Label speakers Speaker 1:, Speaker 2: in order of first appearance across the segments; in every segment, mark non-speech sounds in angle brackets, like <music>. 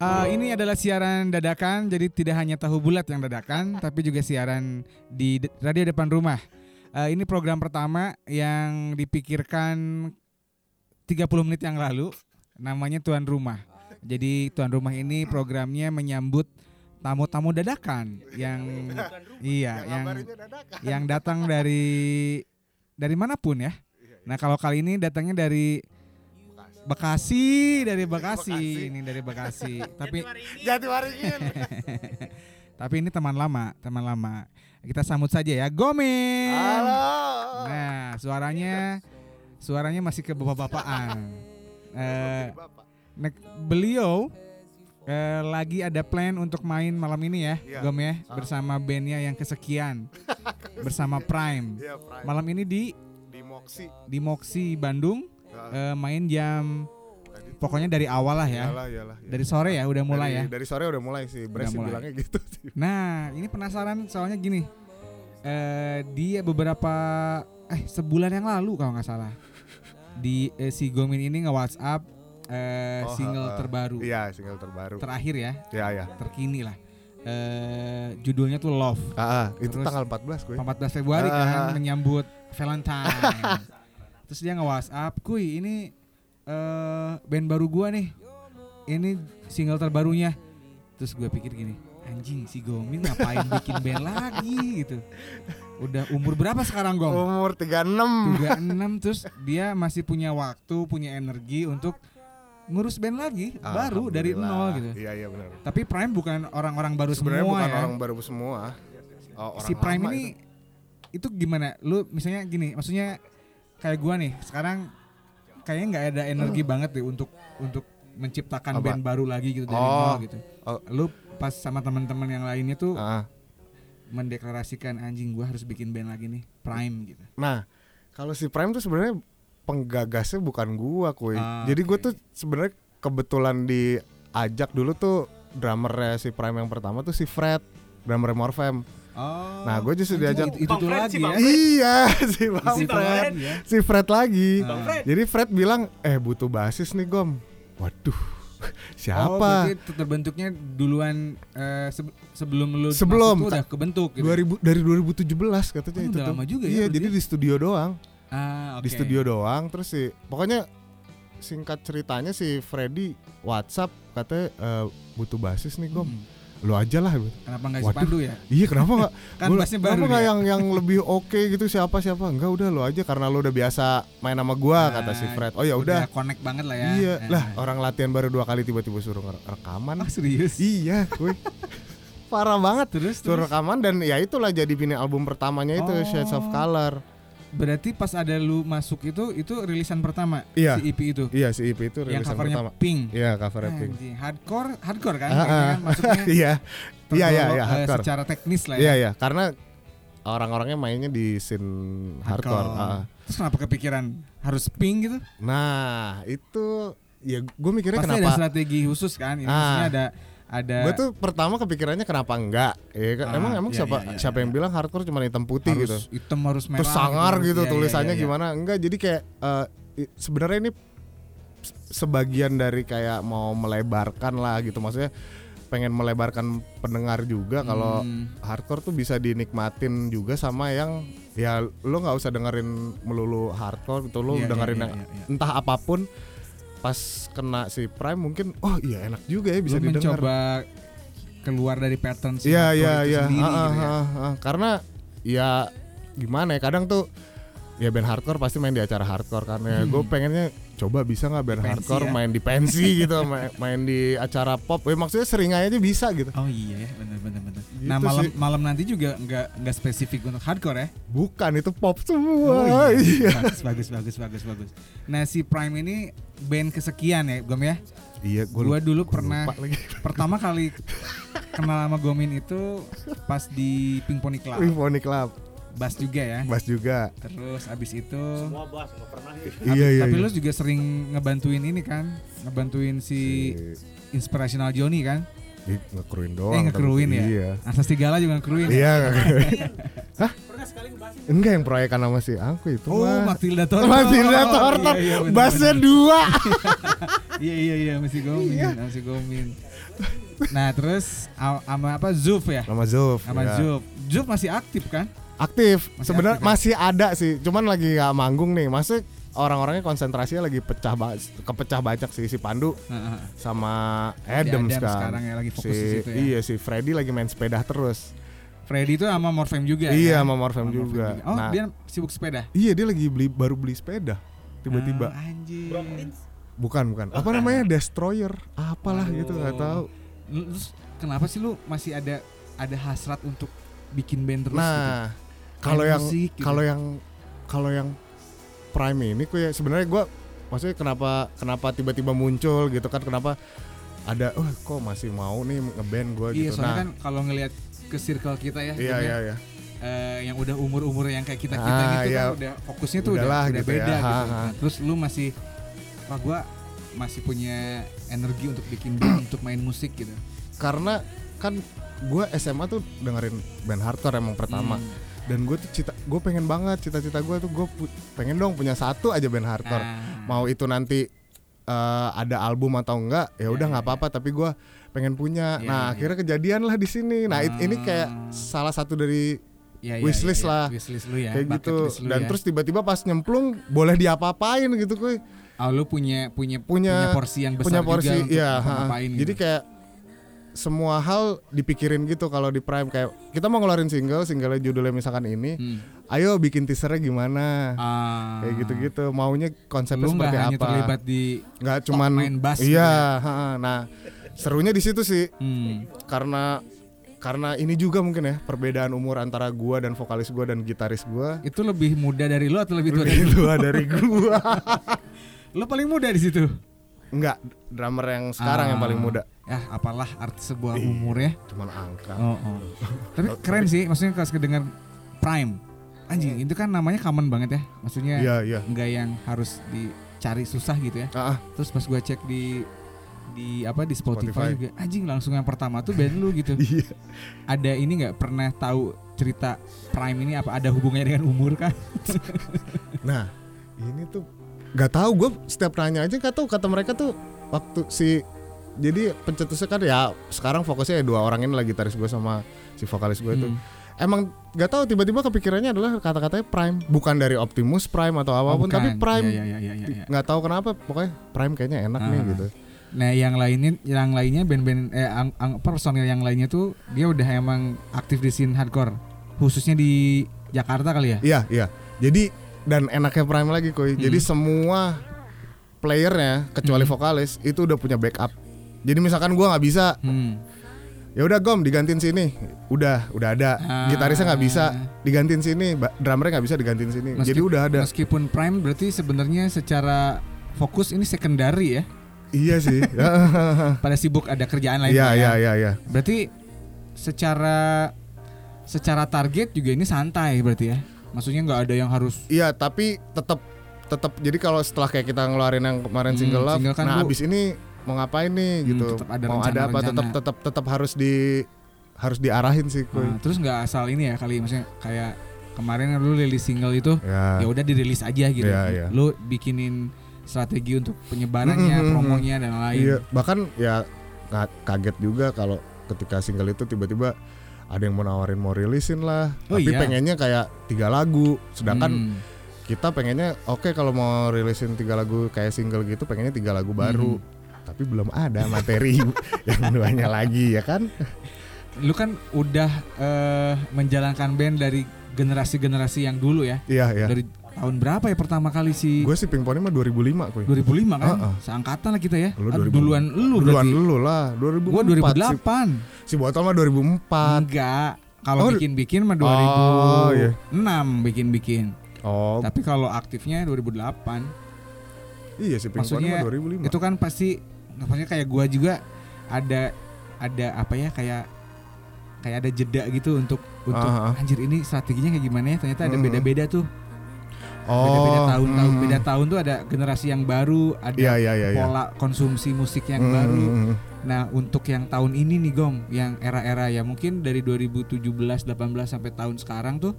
Speaker 1: Eh, ini adalah siaran dadakan, jadi tidak hanya tahu bulat yang dadakan, tapi juga siaran di de- radio depan rumah. Eh, ini program pertama yang dipikirkan 30 menit yang lalu, namanya Tuan Rumah. Jadi Tuan Rumah ini programnya menyambut tamu-tamu dadakan yang iya yang yang datang dari dari manapun ya. Nah kalau kali ini datangnya dari Bekasi, dari Bekasi, ini dari
Speaker 2: <laughs>
Speaker 1: Bekasi. Tapi <laughs>
Speaker 2: Jatiwaringin.
Speaker 1: tapi ini teman lama, teman lama. Kita sambut saja ya, Gomez.
Speaker 2: Halo.
Speaker 1: Nah suaranya suaranya masih ke bapak-bapaan. Eh,
Speaker 2: Bapak.
Speaker 1: nek- beliau eh, lagi ada plan untuk main malam ini ya,
Speaker 2: Iya.
Speaker 1: Gom ya, bersama bandnya yang kesekian,
Speaker 2: <laughs>
Speaker 1: bersama Prime.
Speaker 2: Iya, Prime.
Speaker 1: Malam ini di
Speaker 2: di Moxi.
Speaker 1: di Moxi Bandung
Speaker 2: Nah,
Speaker 1: eh, main jam
Speaker 2: tadi tuh-
Speaker 1: pokoknya dari awal lah ya.
Speaker 2: Yalah, yalah, ya.
Speaker 1: Dari sore ya udah mulai ya.
Speaker 2: Dari- Dari sore udah mulai
Speaker 1: Udah
Speaker 2: sih. Bres sih
Speaker 1: mulai.
Speaker 2: bilangnya gitu sih.
Speaker 1: Nah, ini penasaran soalnya gini. Eh dia beberapa eh sebulan yang lalu kalau nggak salah. Di eh, si Gomin ini nge-WhatsApp eh,
Speaker 2: Oh,
Speaker 1: single
Speaker 2: ha, ha.
Speaker 1: terbaru.
Speaker 2: Iya, single terbaru.
Speaker 1: Terakhir ya,
Speaker 2: Iya, iya.
Speaker 1: terkini lah. Eh judulnya tuh Love.
Speaker 2: Ah, ah, itu
Speaker 1: Terus-
Speaker 2: tanggal 14 gue.
Speaker 1: 14 Februari
Speaker 2: Ah.
Speaker 1: kan menyambut Valentine. <laughs> Terus dia nge-WhatsApp, "Kuy, ini eh band baru gua nih. Ini single terbarunya." Terus gue pikir gini, "Anjing, si Gomin ngapain bikin band lagi?" gitu. Udah umur berapa sekarang, Gom?
Speaker 2: Umur 36.
Speaker 1: 36 terus dia masih punya waktu, punya energi untuk ngurus band lagi baru dari
Speaker 2: Ah, Alhamdulillah.
Speaker 1: nol gitu.
Speaker 2: Iya, iya benar.
Speaker 1: Tapi Prime bukan orang-orang baru
Speaker 2: Sebenarnya
Speaker 1: semua
Speaker 2: bukan
Speaker 1: ya
Speaker 2: orang baru semua. Oh, orang
Speaker 1: si Prime
Speaker 2: lama
Speaker 1: ini itu. gimana? Lu misalnya gini, maksudnya kayak gua nih sekarang kayaknya nggak ada energi banget deh untuk untuk menciptakan
Speaker 2: Hmm. Apa?
Speaker 1: band baru lagi gitu dari
Speaker 2: Oh.
Speaker 1: nol gitu.
Speaker 2: Oh.
Speaker 1: Lu pas sama teman-teman yang lainnya tuh
Speaker 2: Ah.
Speaker 1: mendeklarasikan anjing gua harus bikin band lagi nih, Prime gitu.
Speaker 2: Nah, kalau si Prime tuh sebenarnya penggagasnya bukan gua, kuy.
Speaker 1: Ah,
Speaker 2: Jadi gua
Speaker 1: oke.
Speaker 2: tuh sebenarnya kebetulan diajak dulu tuh drummernya si Prime yang pertama tuh si Fred, drummer Morfem.
Speaker 1: Oh.
Speaker 2: Nah, gua justru
Speaker 1: anjing,
Speaker 2: diajak
Speaker 1: itu, itu
Speaker 3: Bang
Speaker 1: tuh
Speaker 3: Fred
Speaker 1: lagi
Speaker 3: sih,
Speaker 1: ya.
Speaker 3: Bang Fred.
Speaker 2: Iya, <laughs> si Bang
Speaker 3: Bang
Speaker 1: Itu
Speaker 2: Fred.
Speaker 1: lagi ya. Ah.
Speaker 2: Si Fred lagi.
Speaker 1: Bang
Speaker 3: Fred.
Speaker 2: Jadi Fred bilang, "Eh, butuh basis nih, Gom." Waduh. <laughs> Iya,
Speaker 1: Oh, berarti
Speaker 2: Siapa?
Speaker 1: ter- terbentuknya duluan eh, sebe- sebelum lu masuk
Speaker 2: Sebelum,
Speaker 1: tuh udah kebentuk gitu.
Speaker 2: 2000 dari 2017
Speaker 1: Oh,
Speaker 2: katanya itu
Speaker 1: udah
Speaker 2: tuh.
Speaker 1: lama juga ya
Speaker 2: iya,
Speaker 1: berarti
Speaker 2: jadi di studio doang.
Speaker 1: Ah,
Speaker 2: di
Speaker 1: oke.
Speaker 2: studio doang terus si pokoknya singkat ceritanya si Freddy WhatsApp katanya "Eh, butuh basis nih Gom
Speaker 1: Hmm.
Speaker 2: lu aja lah gua.
Speaker 1: Kenapa nggak
Speaker 2: Waduh.
Speaker 1: Pandu ya?
Speaker 2: iya kenapa nggak
Speaker 1: <laughs> Kan
Speaker 2: Gua-
Speaker 1: bassnya
Speaker 2: kenapa
Speaker 1: baru
Speaker 2: nggak
Speaker 1: dia.
Speaker 2: yang yang lebih oke gitu siapa siapa enggak udah lu aja karena lu udah biasa main sama gua kata si
Speaker 1: Nah,
Speaker 2: Fred oh ya udah
Speaker 1: connect banget lah ya.
Speaker 2: iya
Speaker 1: Nah.
Speaker 2: lah orang latihan baru dua kali tiba-tiba suruh nge- rekaman
Speaker 1: Ah,
Speaker 2: <laughs>
Speaker 1: serius.
Speaker 2: iya
Speaker 1: <laughs>
Speaker 2: gue parah banget
Speaker 1: Terus
Speaker 2: suruh
Speaker 1: terus
Speaker 2: rekaman dan ya itulah jadi bini album pertamanya itu
Speaker 1: Oh.
Speaker 2: Shades of Color
Speaker 1: berarti pas ada lu masuk itu itu rilisan pertama
Speaker 2: Iya.
Speaker 1: si EP itu
Speaker 2: iya si IP itu
Speaker 1: yang
Speaker 2: rilisan
Speaker 1: covernya
Speaker 2: pertama
Speaker 1: Pink. Ah,
Speaker 2: iya cover Pink
Speaker 1: Anjing, hardcore, hardcore kan?
Speaker 2: Ah,
Speaker 1: Kayaknya
Speaker 2: ah.
Speaker 1: kan masuknya
Speaker 2: <laughs> Iya. Iya iya
Speaker 1: tergolong,
Speaker 2: iya
Speaker 1: eh,
Speaker 2: hardcore.
Speaker 1: secara teknis lah ya.
Speaker 2: Iya iya karena orang-orangnya mainnya di scene hardcore. ah.
Speaker 1: Terus kenapa kepikiran harus Pink gitu?
Speaker 2: Nah, itu ya gue mikirnya
Speaker 1: Pasti ada
Speaker 2: kenapa
Speaker 1: strategi khusus kan? Ini
Speaker 2: Ah.
Speaker 1: maksudnya ada ada
Speaker 2: Gue tuh pertama kepikirannya kenapa enggak? Ya, kan?
Speaker 1: Ah,
Speaker 2: emang emang
Speaker 1: iya,
Speaker 2: siapa
Speaker 1: iya, iya,
Speaker 2: siapa yang bilang hardcore cuma hitam putih
Speaker 1: harus
Speaker 2: gitu?
Speaker 1: hitam harus merah.
Speaker 2: Terus sangar gitu
Speaker 1: Iya, iya,
Speaker 2: tulisannya
Speaker 1: iya, iya.
Speaker 2: gimana? Enggak, jadi kayak eh, i- sebenarnya ini se- sebagian dari kayak mau melebarkan lah gitu maksudnya pengen melebarkan pendengar juga kalau
Speaker 1: Hmm.
Speaker 2: hardcore tuh bisa dinikmatin juga sama yang ya lo nggak usah dengerin melulu hardcore gitu lo
Speaker 1: Iya, iya,
Speaker 2: dengerin
Speaker 1: iya,
Speaker 2: yang
Speaker 1: iya, iya.
Speaker 2: entah apapun pas kena si Prime mungkin oh iya enak juga ya bisa
Speaker 1: Lu
Speaker 2: didengar
Speaker 1: mencoba keluar dari pattern si
Speaker 2: iya
Speaker 1: hardcore
Speaker 2: iya
Speaker 1: itu
Speaker 2: iya
Speaker 1: sendiri
Speaker 2: Ah,
Speaker 1: gitu ya.
Speaker 2: ah, ah, ah. karena ya gimana ya kadang tuh ya band hardcore pasti main di acara hardcore kan ya gue pengennya coba bisa nggak band
Speaker 1: Di pensi
Speaker 2: hardcore
Speaker 1: ya.
Speaker 2: main di <laughs> pensi gitu main, main di acara pop Eh, maksudnya sering aja bisa gitu
Speaker 1: Oh iya ya, bener bener bener.
Speaker 2: Gitu
Speaker 1: nah malam
Speaker 2: sih.
Speaker 1: malam nanti juga nggak nggak spesifik untuk hardcore ya?
Speaker 2: bukan itu pop
Speaker 1: Oh,
Speaker 2: semua iya.
Speaker 1: iya. bagus bagus bagus bagus bagus. Nah si Prime ini band kesekian ya Gom ya.
Speaker 2: Iya, gue
Speaker 1: Gua dulu pernah
Speaker 2: lagi. <laughs>
Speaker 1: pertama kali kenal sama Gomin itu pas di Pink Pony Club,
Speaker 2: Infoni Club,
Speaker 1: bass juga ya.
Speaker 2: Bas juga.
Speaker 1: Terus abis itu,
Speaker 3: Semua bos nggak pernah nih.
Speaker 1: abis-
Speaker 2: iya, iya,
Speaker 1: tapi
Speaker 2: iya.
Speaker 1: lu juga sering ngebantuin ini kan, ngebantuin si Inspirational Johnny kan,
Speaker 2: Di ngekruin
Speaker 1: eh
Speaker 2: doang.
Speaker 1: ngekruin
Speaker 2: tapi-
Speaker 1: ya.
Speaker 2: Oh, Iya.
Speaker 1: Asas Tigala juga ngekruin.
Speaker 2: Iya,
Speaker 1: <laughs>
Speaker 2: ngekruin.
Speaker 3: Pernah sekali ngebahasin.
Speaker 2: enggak yang proyekan sama si Angku itu.
Speaker 1: Oh,
Speaker 2: mah. <laughs>
Speaker 1: Matilda Oh, Tortor.
Speaker 2: Matilda Tortor.
Speaker 1: Iya, iya, bener,
Speaker 2: Basnya dua. Iya.
Speaker 1: bener. Iya iya iya, masih Gomin, masih Gomin. Nah terus a- sama apa Zuf ya?
Speaker 2: Nama Zulf.
Speaker 1: Sama
Speaker 2: ya.
Speaker 1: Zuf. Zuf masih aktif kan?
Speaker 2: Aktif.
Speaker 1: Masih
Speaker 2: Sebenarnya
Speaker 1: aktif, ya?
Speaker 2: masih ada sih, cuman lagi nggak manggung nih. Maksudnya orang-orangnya konsentrasinya lagi pecah ba- kepecah bacak sih si Pandu
Speaker 1: Heeh.
Speaker 2: sama
Speaker 1: Si
Speaker 2: Adam, sekarang.
Speaker 1: sekarang ya lagi fokus
Speaker 2: si,
Speaker 1: di situ ya.
Speaker 2: Iya si Freddy lagi main sepeda terus.
Speaker 1: Freddy itu sama Morfem juga.
Speaker 2: iya
Speaker 1: kan?
Speaker 2: sama Morfem
Speaker 1: Sama Morfem
Speaker 2: juga.
Speaker 1: Oh
Speaker 2: Nah,
Speaker 1: dia sibuk sepeda.
Speaker 2: iya dia lagi beli baru beli sepeda tiba-tiba.
Speaker 1: Ah, anjir.
Speaker 3: Brooklyn.
Speaker 2: Bukan bukan. Apa namanya Destroyer? Apalah
Speaker 1: Aduh.
Speaker 2: gitu nggak tahu.
Speaker 1: Lu- Terus kenapa sih lu masih ada ada hasrat untuk bikin band terus gitu?
Speaker 2: Nah,
Speaker 1: Main
Speaker 2: kalau yang
Speaker 1: musik gitu.
Speaker 2: kalau yang kalau yang prime ini gue ya- sebenarnya gue maksudnya kenapa kenapa tiba-tiba muncul gitu kan kenapa ada oh kok masih mau nih ngeband gue
Speaker 1: Iya,
Speaker 2: gitu
Speaker 1: soalnya
Speaker 2: nah
Speaker 1: kan kalau ngelihat ke circle kita ya,
Speaker 2: iya
Speaker 1: Bang ya,
Speaker 2: iya iya
Speaker 1: eh, yang udah umur-umur yang kayak kita-kita
Speaker 2: Ah,
Speaker 1: gitu
Speaker 2: iya.
Speaker 1: kan udah fokusnya tuh
Speaker 2: Udahlah
Speaker 1: udah, udah
Speaker 2: gitu ya.
Speaker 1: beda gitu.
Speaker 2: Ha, ha.
Speaker 1: Nah, terus lu masih wah gua masih punya energi untuk bikin
Speaker 2: <clears throat>
Speaker 1: band, untuk main musik gitu.
Speaker 2: karena kan gue SMA tuh dengerin band hardcore emang pertama
Speaker 1: Hmm.
Speaker 2: dan gue tuh cita gue pengen banget cita-cita gue tuh gue pengen dong punya satu aja band hardcore
Speaker 1: Nah,
Speaker 2: mau itu nanti eh, ada album atau enggak ya udah nggak apa-apa tapi gua pengen punya
Speaker 1: Ya,
Speaker 2: nah
Speaker 1: ya.
Speaker 2: akhirnya kejadian lah di sini nah it- ini
Speaker 1: Ah.
Speaker 2: kayak salah satu dari
Speaker 1: ya, ya,
Speaker 2: wishlist
Speaker 1: ya, ya.
Speaker 2: lah.
Speaker 1: Wishlist lu ya,
Speaker 2: kayak
Speaker 1: bucket
Speaker 2: gitu
Speaker 1: list lu
Speaker 2: dan
Speaker 1: ya.
Speaker 2: terus tiba-tiba pas nyemplung boleh diapa-apain gitu kuy
Speaker 1: oh, lu punya punya
Speaker 2: Punya-
Speaker 1: porsi yang besar
Speaker 2: punya porsi
Speaker 1: juga untuk
Speaker 2: ya
Speaker 1: untuk
Speaker 2: ha.
Speaker 1: ngapain
Speaker 2: jadi
Speaker 1: gitu.
Speaker 2: kayak semua hal dipikirin gitu kalau di prime kayak kita mau ngeluarin single singlenya judulnya misalkan ini
Speaker 1: Hmm.
Speaker 2: ayo bikin teasernya gimana
Speaker 1: Ah,
Speaker 2: kayak gitu-gitu maunya konsepnya
Speaker 1: Lu nggak
Speaker 2: seperti
Speaker 1: hanya
Speaker 2: apa
Speaker 1: terlibat di
Speaker 2: nggak cuman
Speaker 1: main bass gitu
Speaker 2: iya ha-ha. nah serunya di situ sih
Speaker 1: hmm,
Speaker 2: karena karena ini juga mungkin ya perbedaan umur antara gua dan vokalis gua dan gitaris gua
Speaker 1: itu lebih muda dari lu atau lebih tua dari
Speaker 2: lebih
Speaker 1: <laughs> lu?
Speaker 2: tua dari gua
Speaker 1: Lu paling muda di situ.
Speaker 2: nggak drummer yang sekarang yang paling
Speaker 1: Ah,
Speaker 2: muda Iya.
Speaker 1: Ya, apalah arti sebuah umur ya.
Speaker 2: cuman angka
Speaker 1: Oh, oh. <laughs> Tapi keren sih, maksudnya kalau kedengar Prime. Anjing, itu kan namanya common banget ya. Maksudnya
Speaker 2: iya iya
Speaker 1: nggak yang harus dicari susah gitu ya.
Speaker 2: Ah, ah.
Speaker 1: Terus pas gua cek di di apa di Spotify,
Speaker 2: Spotify.
Speaker 1: juga anjing langsung yang pertama tuh band lu gitu.
Speaker 2: <laughs> iya
Speaker 1: Ada ini nggak pernah tahu cerita Prime ini apa ada hubungannya dengan umur kan?
Speaker 2: nah ini tuh nggak tahu gua setiap nanya aja nggak tahu kata mereka tuh waktu si jadi pencetusnya kan ya sekarang fokusnya ya dua orang ini lagi gitaris gua sama si vokalis gua itu
Speaker 1: Hmm.
Speaker 2: emang nggak tahu tiba-tiba kepikirannya adalah kata-katanya prime bukan dari Optimus Prime atau apapun
Speaker 1: Oh,
Speaker 2: tapi
Speaker 1: bukan.
Speaker 2: prime
Speaker 1: Ya, ya, ya, ya, ya, ya.
Speaker 2: nggak tahu kenapa pokoknya prime kayaknya enak nih
Speaker 1: Ah.
Speaker 2: gitu
Speaker 1: Nah, yang lainnya yang lainnya band-band eh ang, ang- personil yang lainnya tuh dia udah emang aktif di scene hardcore khususnya di Jakarta kali ya.
Speaker 2: iya iya jadi dan enaknya prime lagi koi jadi
Speaker 1: Hmm.
Speaker 2: semua playernya kecuali vokalis itu udah punya backup jadi misalkan gua nggak bisa
Speaker 1: Hmm.
Speaker 2: ya udah gom digantiin sini udah udah ada
Speaker 1: Ah.
Speaker 2: gitarisnya nggak bisa digantiin sini ba- drummernya nggak bisa digantiin sini
Speaker 1: Meski-
Speaker 2: jadi udah ada
Speaker 1: Meskipun prime berarti sebenarnya secara fokus ini secondary ya.
Speaker 2: iya
Speaker 1: <laughs>
Speaker 2: sih
Speaker 1: Pada sibuk ada kerjaan lain. ya.
Speaker 2: iya iya iya iya
Speaker 1: Berarti secara secara target juga ini santai berarti ya. Maksudnya nggak ada yang harus
Speaker 2: Iya, tapi tetap tetap jadi kalau setelah kayak kita ngeluarin yang kemarin
Speaker 1: Hmm,
Speaker 2: single love,
Speaker 1: single kan
Speaker 2: nah
Speaker 1: lu-
Speaker 2: abis ini mau ngapain nih
Speaker 1: Hmm,
Speaker 2: gitu.
Speaker 1: tetap ada
Speaker 2: mau ada apa
Speaker 1: rencana-rencana.
Speaker 2: tetap tetap tetap harus di harus diarahin sih
Speaker 1: nah,
Speaker 2: kuy.
Speaker 1: terus nggak asal ini ya kali maksudnya kayak kemarin lu rilis single itu ya
Speaker 2: Ya.
Speaker 1: udah dirilis aja gitu.
Speaker 2: Iya, iya.
Speaker 1: Lu bikinin strategi untuk penyebarannya,
Speaker 2: Mm, mm, mm,
Speaker 1: promonya dan lain.
Speaker 2: Iya, bahkan ya ka- kaget juga kalau ketika single itu tiba-tiba ada yang mau nawarin mau rilisin lah.
Speaker 1: Oh,
Speaker 2: tapi
Speaker 1: iya.
Speaker 2: pengennya kayak tiga lagu,
Speaker 1: Hmm.
Speaker 2: sedangkan kita pengennya oke kalau mau rilisin tiga lagu kayak single gitu pengennya tiga lagu baru.
Speaker 1: Hmm.
Speaker 2: Tapi belum ada materi <laughs> yang duanya lagi ya kan?
Speaker 1: lu kan udah eh, menjalankan band dari generasi-generasi yang dulu ya.
Speaker 2: Iya, iya.
Speaker 1: Dari tahun berapa ya pertama kali si
Speaker 2: Gue sih Pink Pony mah 2005 kuy.
Speaker 1: 2005 kan?
Speaker 2: Ah, ah.
Speaker 1: Seangkatan lah kita ya.
Speaker 2: Lu
Speaker 1: Aduh,
Speaker 2: 2000.
Speaker 1: duluan lu
Speaker 2: Duluan
Speaker 1: berarti.
Speaker 2: lu lah, 2004.
Speaker 1: Gua 2008.
Speaker 2: Si, si Botol mah
Speaker 1: Hmm.
Speaker 2: 2004.
Speaker 1: Enggak. Kalau
Speaker 2: Oh,
Speaker 1: bikin-bikin mah 2006
Speaker 2: Oh, iya.
Speaker 1: bikin-bikin.
Speaker 2: Oh,
Speaker 1: Tapi kalau aktifnya 2008.
Speaker 2: iya si Pink Pony
Speaker 1: maksudnya
Speaker 2: mah 2005.
Speaker 1: itu kan pasti maksudnya kayak gua juga ada ada apa ya kayak kayak ada jeda gitu untuk untuk
Speaker 2: Aha.
Speaker 1: anjir ini strateginya kayak gimana ya ternyata ada
Speaker 2: Mhm.
Speaker 1: beda-beda tuh
Speaker 2: oh,
Speaker 1: beda-beda tahun tahun
Speaker 2: hmm.
Speaker 1: beda tahun tuh ada generasi yang baru ada
Speaker 2: Iya, iya, iya, iya.
Speaker 1: pola konsumsi musik yang
Speaker 2: Hmm,
Speaker 1: baru
Speaker 2: hmm, hmm.
Speaker 1: nah untuk yang tahun ini nih gom yang era-era ya mungkin dari 2017 18 sampai tahun sekarang tuh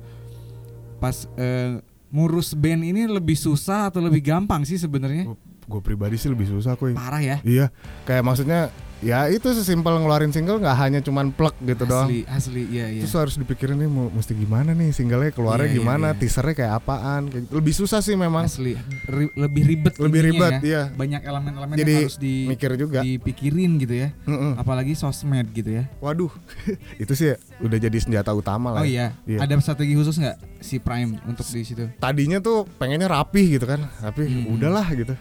Speaker 1: pas eh, ngurus band ini lebih susah atau lebih gampang sih sebenarnya
Speaker 2: Gue pribadi sih lebih susah kuy.
Speaker 1: parah ya
Speaker 2: Iya, kayak maksudnya ya itu sesimpel ngeluarin single nggak hanya cuman plek gitu doang
Speaker 1: asli asli iya iya
Speaker 2: terus harus dipikirin nih mu- mesti gimana nih singlenya
Speaker 1: Iya,
Speaker 2: keluarnya
Speaker 1: iya,
Speaker 2: gimana
Speaker 1: iya.
Speaker 2: teasernya kayak apaan kayak gitu. lebih susah sih memang
Speaker 1: asli Ri- lebih ribet
Speaker 2: lebih
Speaker 1: ininya
Speaker 2: ribet
Speaker 1: ya.
Speaker 2: iya
Speaker 1: banyak elemen-elemen
Speaker 2: Jadi,
Speaker 1: yang harus di
Speaker 2: mikir juga Hmm.
Speaker 1: dipikirin gitu ya
Speaker 2: Mm-mm.
Speaker 1: apalagi sosmed gitu ya
Speaker 2: waduh <laughs> itu sih udah jadi senjata utama lah
Speaker 1: oh
Speaker 2: ya.
Speaker 1: iya
Speaker 2: Iya.
Speaker 1: ada strategi khusus nggak si Prime untuk di situ
Speaker 2: tadinya tuh pengennya rapih gitu kan tapi
Speaker 1: Hmm.
Speaker 2: udahlah gitu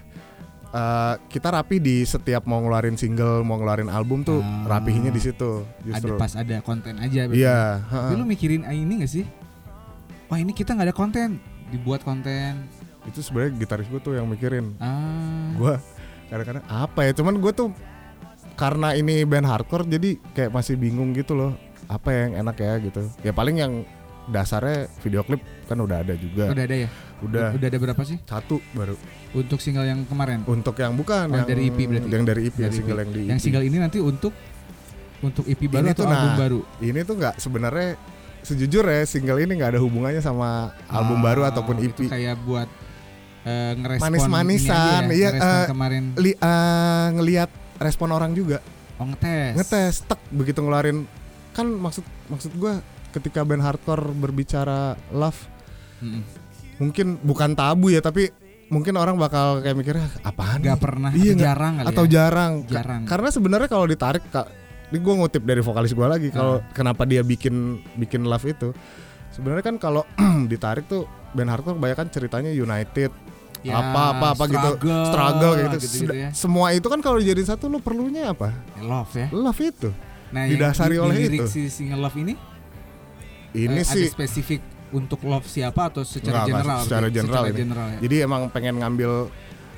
Speaker 2: Eh, kita rapih di setiap mau ngeluarin single mau ngeluarin album tuh
Speaker 1: Ah.
Speaker 2: rapihinnya di situ justru
Speaker 1: ada pas ada konten aja berarti.
Speaker 2: iya
Speaker 1: tapi lu
Speaker 2: heeh.
Speaker 1: mikirin ah, ini gak sih wah ini kita nggak ada konten dibuat konten
Speaker 2: itu sebenarnya gitaris gue tuh yang mikirin
Speaker 1: ah
Speaker 2: gue kadang-kadang apa ya cuman gue tuh karena ini band hardcore jadi kayak masih bingung gitu loh apa yang enak ya gitu ya paling yang dasarnya video klip kan udah ada juga
Speaker 1: udah ada ya
Speaker 2: udah,
Speaker 1: udah ada berapa sih
Speaker 2: satu baru
Speaker 1: untuk single yang kemarin
Speaker 2: untuk yang bukan
Speaker 1: Oh,
Speaker 2: yang
Speaker 1: dari EP berarti.
Speaker 2: yang dari EP yang
Speaker 1: Dari
Speaker 2: single
Speaker 1: EP.
Speaker 2: yang di
Speaker 1: yang
Speaker 2: EP.
Speaker 1: single ini nanti untuk untuk EP baru
Speaker 2: Ini
Speaker 1: atau
Speaker 2: tuh,
Speaker 1: album
Speaker 2: nah,
Speaker 1: baru
Speaker 2: ini tuh nggak sebenarnya sejujurnya single ini nggak ada hubungannya sama album
Speaker 1: Ah,
Speaker 2: baru ataupun E EP
Speaker 1: itu kayak buat eh, ngerespon
Speaker 2: Manis-manisan,
Speaker 1: ini aja
Speaker 2: iya,
Speaker 1: ya, ngerespon
Speaker 2: eh,
Speaker 1: kemarin
Speaker 2: Li, eh, ngelihat respon orang juga
Speaker 1: oh ngetes
Speaker 2: ngetes tek begitu ngeluarin kan maksud maksud gua ketika band hardcore berbicara love
Speaker 1: Mm-mm.
Speaker 2: mungkin bukan tabu ya tapi mungkin orang bakal kayak mikirnya apaan
Speaker 1: nggak
Speaker 2: nih?"
Speaker 1: pernah
Speaker 2: Iya,
Speaker 1: atau
Speaker 2: nggak-
Speaker 1: jarang kali
Speaker 2: atau
Speaker 1: ya?
Speaker 2: jarang Ka-
Speaker 1: jarang
Speaker 2: karena sebenarnya kalau ditarik kak ini gue ngutip dari vokalis gue lagi kalau
Speaker 1: Nah.
Speaker 2: kenapa dia bikin bikin love itu sebenarnya kan kalau <clears throat> ditarik tuh band hardcore kebanyakan ceritanya united
Speaker 1: Ya,
Speaker 2: apa apa apa gitu
Speaker 1: struggle,
Speaker 2: struggle kayak gitu,
Speaker 1: gitu-gitu
Speaker 2: Sed-
Speaker 1: ya.
Speaker 2: semua itu kan kalau dijadiin satu lo perlunya apa
Speaker 1: love ya
Speaker 2: love itu
Speaker 1: nah
Speaker 2: didasari
Speaker 1: yang, di-
Speaker 2: oleh
Speaker 1: di lirik
Speaker 2: itu.
Speaker 1: si single love ini
Speaker 2: ini
Speaker 1: eh,
Speaker 2: sih
Speaker 1: ada spesifik untuk love siapa atau secara
Speaker 2: Nggak, nggak,
Speaker 1: general
Speaker 2: secara
Speaker 1: berarti?
Speaker 2: general
Speaker 1: secara
Speaker 2: ini.
Speaker 1: general ya.
Speaker 2: Jadi emang pengen ngambil